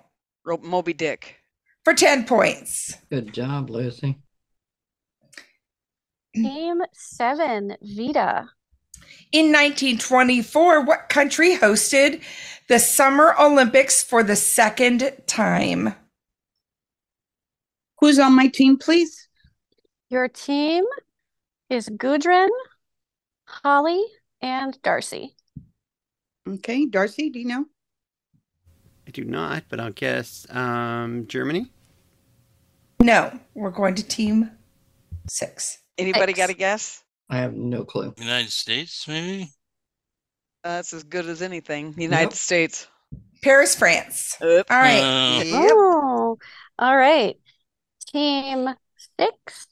[SPEAKER 16] wrote Moby Dick.
[SPEAKER 4] for ten points?
[SPEAKER 12] Good job, Lucy.
[SPEAKER 5] Game seven, Vita.
[SPEAKER 4] In 1924, what country hosted the Summer Olympics for the second time?
[SPEAKER 8] Who's on my team, please?
[SPEAKER 5] Your team is Gudrun, Holly, and Darcy.
[SPEAKER 8] Okay, Darcy, do you know?
[SPEAKER 7] I do not, but I'll guess um, Germany.
[SPEAKER 4] No, we're going to team six.
[SPEAKER 16] Anybody got a guess?
[SPEAKER 12] I have no clue.
[SPEAKER 18] United States, maybe?
[SPEAKER 16] Uh, that's as good as anything. United States.
[SPEAKER 4] Paris, France.
[SPEAKER 16] All
[SPEAKER 4] right.
[SPEAKER 18] Uh,
[SPEAKER 5] Oh, all right. Team six,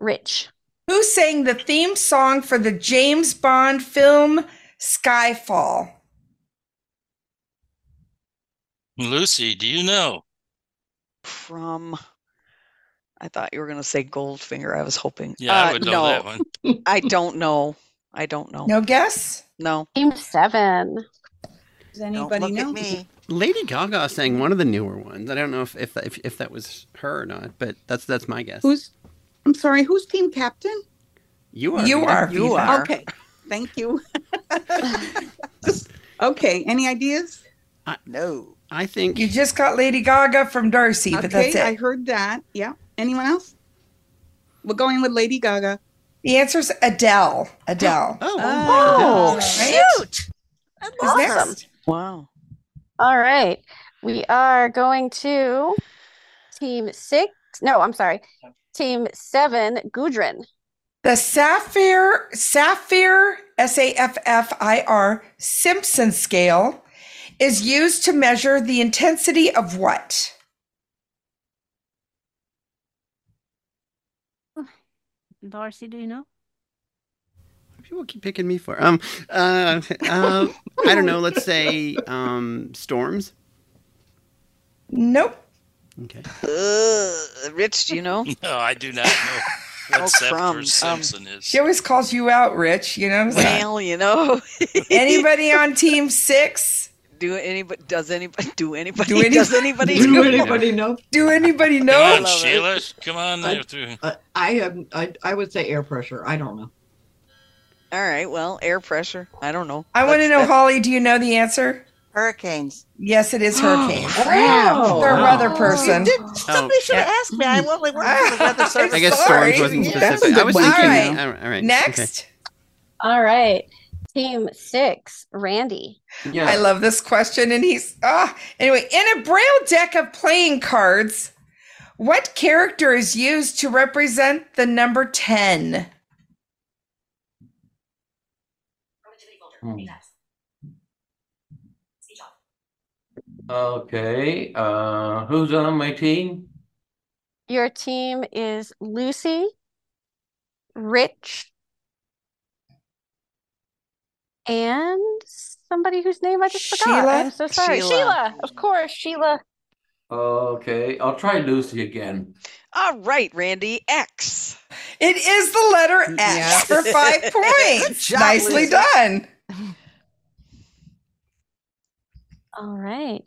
[SPEAKER 5] Rich.
[SPEAKER 4] Who sang the theme song for the James Bond film Skyfall?
[SPEAKER 18] Lucy, do you know?
[SPEAKER 16] From. I thought you were going to say Goldfinger. I was hoping. uh,
[SPEAKER 18] Yeah, I would know
[SPEAKER 16] no.
[SPEAKER 18] that one.
[SPEAKER 16] I don't know. I don't know.
[SPEAKER 4] No guess?
[SPEAKER 16] No.
[SPEAKER 5] Team seven.
[SPEAKER 8] Does anybody know?
[SPEAKER 7] Lady Gaga sang one of the newer ones. I don't know if if, if, if that was her or not, but that's that's my guess.
[SPEAKER 8] Who's? I'm sorry. Who's team captain?
[SPEAKER 7] you are? Vita.
[SPEAKER 8] Okay. Thank you. okay. Any ideas?
[SPEAKER 4] no.
[SPEAKER 7] I think
[SPEAKER 4] you just got Lady Gaga from Darcy, but that's
[SPEAKER 8] I
[SPEAKER 4] it.
[SPEAKER 8] heard that. Yeah. Anyone else? We're going with Lady Gaga.
[SPEAKER 4] The answer's Adele. Adele.
[SPEAKER 8] Oh,
[SPEAKER 5] wow.
[SPEAKER 4] shoot! Who's next?
[SPEAKER 16] Wow.
[SPEAKER 5] All right. We are going to team six. No, I'm sorry. Team seven, Gudrun.
[SPEAKER 4] The Sapphire Sapphire S A F F I R Simpson scale is used to measure the intensity of what?
[SPEAKER 25] Darcy, do you know?
[SPEAKER 7] People keep picking me for um uh, uh I don't know. Let's say um storms.
[SPEAKER 4] Nope.
[SPEAKER 7] Okay.
[SPEAKER 16] Uh, Rich, do you know?
[SPEAKER 18] No, I do not know what
[SPEAKER 16] Oh,
[SPEAKER 18] Sapphire
[SPEAKER 16] crumbs. Um,
[SPEAKER 18] Simpson is.
[SPEAKER 4] She always calls you out, Rich. You know.
[SPEAKER 16] Well, you know.
[SPEAKER 4] Anybody on team six?
[SPEAKER 16] Do anybody? Does anybody? Do anybody?
[SPEAKER 4] Do any-
[SPEAKER 16] does anybody?
[SPEAKER 4] Do
[SPEAKER 16] know?
[SPEAKER 4] anybody
[SPEAKER 12] know?
[SPEAKER 4] Do anybody know?
[SPEAKER 18] Come
[SPEAKER 12] Love
[SPEAKER 18] on,
[SPEAKER 12] it.
[SPEAKER 18] Sheila. Come on
[SPEAKER 12] I-
[SPEAKER 18] there through.
[SPEAKER 12] Uh, I have. I, I would say air pressure. I don't know.
[SPEAKER 16] All right. Well, air pressure. I don't know.
[SPEAKER 4] I want to
[SPEAKER 16] That's-
[SPEAKER 4] know,
[SPEAKER 16] that's-
[SPEAKER 4] Holly. Do you know the answer?
[SPEAKER 6] Hurricanes.
[SPEAKER 4] Yes, it is hurricanes.
[SPEAKER 6] crap.
[SPEAKER 4] They're a weather
[SPEAKER 6] Oh.
[SPEAKER 4] person.
[SPEAKER 6] You did-
[SPEAKER 7] Oh,
[SPEAKER 6] somebody should have asked me. I only work
[SPEAKER 5] Ah.
[SPEAKER 6] for the weather service.
[SPEAKER 7] I guess
[SPEAKER 4] Sorry.
[SPEAKER 7] storms wasn't
[SPEAKER 4] That's a
[SPEAKER 7] specific. I
[SPEAKER 4] good
[SPEAKER 7] was
[SPEAKER 4] one.
[SPEAKER 7] thinking.
[SPEAKER 4] All right.
[SPEAKER 7] all right.
[SPEAKER 4] Next.
[SPEAKER 5] All right. Team six, Randy.
[SPEAKER 4] I love this question. And he's ah anyway, in a braille deck of playing cards, what character is used to represent the number 10?
[SPEAKER 12] Okay. Uh, who's on my team?
[SPEAKER 5] Your team is Lucy, Rich, and somebody whose name I just forgot.
[SPEAKER 12] Sheila?
[SPEAKER 5] I'm so sorry.
[SPEAKER 12] Sheila.
[SPEAKER 5] Sheila, of course, Sheila.
[SPEAKER 12] Okay. I'll try Lucy again.
[SPEAKER 16] All right, Randy X.
[SPEAKER 4] It is the letter X for five
[SPEAKER 16] Good
[SPEAKER 4] points.
[SPEAKER 16] job,
[SPEAKER 4] Nicely
[SPEAKER 16] Liz.
[SPEAKER 4] done.
[SPEAKER 5] All right.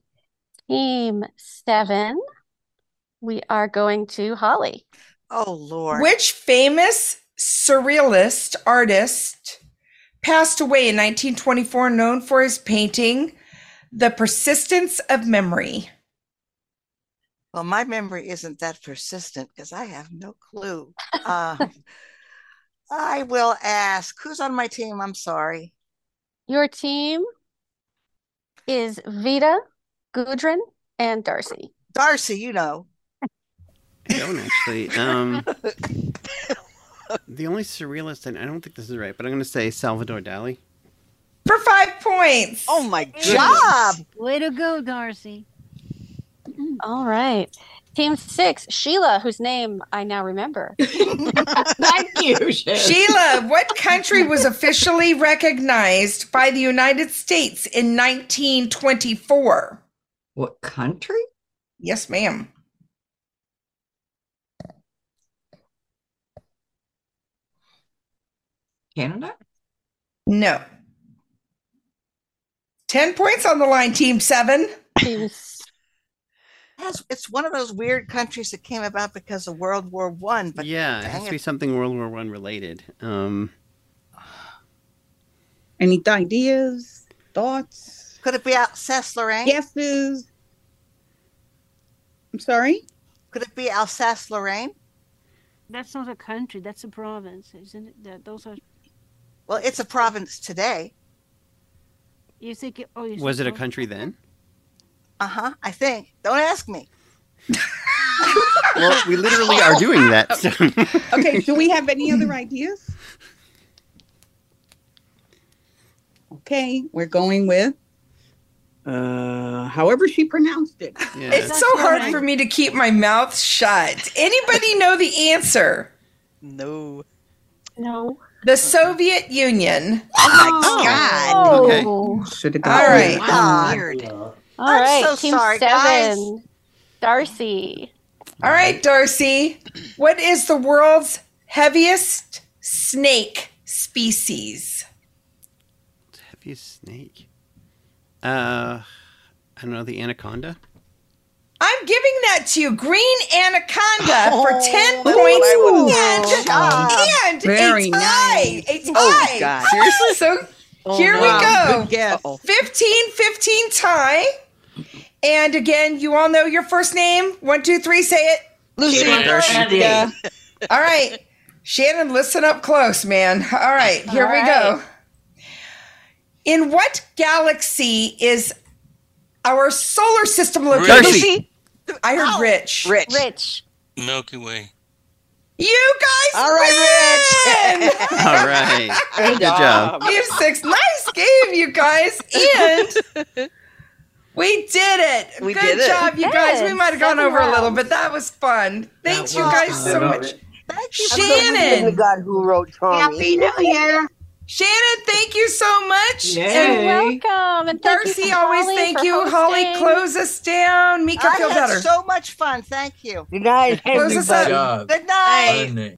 [SPEAKER 5] Team seven. We are going to Holly.
[SPEAKER 6] Oh, Lord.
[SPEAKER 4] Which famous surrealist artist passed away in 1924 known for his painting The Persistence of Memory?
[SPEAKER 6] Well, my memory isn't that persistent because I have no clue. Um, I will ask who's on my team. I'm sorry.
[SPEAKER 5] Your team is Vita, Gudrun, and Darcy.
[SPEAKER 13] Darcy, you know.
[SPEAKER 7] don't actually. Um, the only surrealist, and I don't think this is right, but I'm going to say Salvador Dali.
[SPEAKER 4] For five points.
[SPEAKER 18] Oh my
[SPEAKER 13] job.
[SPEAKER 29] Way to go, Darcy.
[SPEAKER 5] All right. Team six, Sheila, whose name I now remember.
[SPEAKER 4] Thank you. Sheila, what country was officially recognized by the United States in 1924?
[SPEAKER 30] What country?
[SPEAKER 4] Yes, ma'am.
[SPEAKER 30] Canada?
[SPEAKER 4] No. 10 points on the line, team seven.
[SPEAKER 13] Has- It's one of those weird countries that came about because of World War One. But
[SPEAKER 7] Yeah, it has
[SPEAKER 13] dang
[SPEAKER 7] to be
[SPEAKER 13] it.
[SPEAKER 7] something World War One related. Um,
[SPEAKER 16] Any ideas, thoughts,
[SPEAKER 13] could it be Alsace Lorraine?
[SPEAKER 16] guesses? I'm sorry?
[SPEAKER 13] Could it be Alsace Lorraine?
[SPEAKER 29] That's not a country. That's a province, isn't it? That those are.
[SPEAKER 13] Well, it's a province today.
[SPEAKER 29] You think? It, oh, you
[SPEAKER 7] was it a
[SPEAKER 29] suppose-
[SPEAKER 7] country then?
[SPEAKER 13] Uh huh. I think. Don't ask me.
[SPEAKER 7] Well, we literally are doing that. so-
[SPEAKER 16] Okay, do we have any other ideas? Okay, we're going with uh however she pronounced it.
[SPEAKER 4] It's so hard for me to keep my mouth shut. Anybody know the answer?
[SPEAKER 18] No.
[SPEAKER 5] No.
[SPEAKER 4] The Soviet Union.
[SPEAKER 13] Oh my God.
[SPEAKER 16] Should have
[SPEAKER 4] All right.
[SPEAKER 13] Weird.
[SPEAKER 5] All
[SPEAKER 13] I'm
[SPEAKER 5] right,
[SPEAKER 13] so
[SPEAKER 5] team
[SPEAKER 13] sorry, guys.
[SPEAKER 5] seven, Darcy.
[SPEAKER 4] All right, Darcy. What is the world's heaviest snake species?
[SPEAKER 7] Heavy snake. Uh, I don't know the anaconda.
[SPEAKER 4] I'm giving that to you, green anaconda, for ten
[SPEAKER 7] that's
[SPEAKER 4] points
[SPEAKER 7] what I would've
[SPEAKER 4] and, and
[SPEAKER 16] Very
[SPEAKER 4] a tie.
[SPEAKER 16] nice.
[SPEAKER 4] A tie.
[SPEAKER 16] Oh, God.
[SPEAKER 4] Oh. Seriously? So here we
[SPEAKER 16] wow.
[SPEAKER 4] go.
[SPEAKER 16] Good guess.
[SPEAKER 4] 15 15 tie. And again, you all know your first name. One, two, three, say it.
[SPEAKER 18] Lucy. Shannon Darcy.
[SPEAKER 4] Yeah. All right. Shannon, listen up close, man. All right, here
[SPEAKER 5] All
[SPEAKER 4] we
[SPEAKER 5] right.
[SPEAKER 4] go. In what galaxy is our solar system located?
[SPEAKER 18] Darcy.
[SPEAKER 4] I heard Rich.
[SPEAKER 18] Rich.
[SPEAKER 5] Rich.
[SPEAKER 31] Milky Way.
[SPEAKER 4] You guys
[SPEAKER 18] All right,
[SPEAKER 4] win!
[SPEAKER 18] Rich.
[SPEAKER 7] All right. Good job.
[SPEAKER 4] Game six. Nice game, you guys. And we did it.
[SPEAKER 18] We
[SPEAKER 4] Good
[SPEAKER 18] did it.
[SPEAKER 4] job, you
[SPEAKER 5] We
[SPEAKER 4] guys.
[SPEAKER 5] did.
[SPEAKER 4] We might have gone
[SPEAKER 5] Seven
[SPEAKER 4] over a little,
[SPEAKER 5] rounds.
[SPEAKER 4] but that was fun. Thanks,
[SPEAKER 30] That
[SPEAKER 4] you
[SPEAKER 30] was
[SPEAKER 4] guys
[SPEAKER 30] fun.
[SPEAKER 4] so
[SPEAKER 30] I love
[SPEAKER 4] much.
[SPEAKER 30] it.
[SPEAKER 1] I
[SPEAKER 4] Shannon.
[SPEAKER 1] forgot who wrote Tommy.
[SPEAKER 32] Happy New Year.
[SPEAKER 4] Shannon, thank you so much.
[SPEAKER 5] You're
[SPEAKER 4] And
[SPEAKER 5] welcome. And thank you
[SPEAKER 4] Darcy,
[SPEAKER 5] to
[SPEAKER 4] always
[SPEAKER 5] Holly
[SPEAKER 4] thank
[SPEAKER 5] for
[SPEAKER 4] you. Holly,
[SPEAKER 5] hosting.
[SPEAKER 4] close us down. Mika,
[SPEAKER 13] I
[SPEAKER 4] feel
[SPEAKER 13] had
[SPEAKER 4] better.
[SPEAKER 13] so much fun. Thank you.
[SPEAKER 1] Good night,
[SPEAKER 4] Close us up.
[SPEAKER 1] everybody.
[SPEAKER 13] Good night.
[SPEAKER 33] Good night.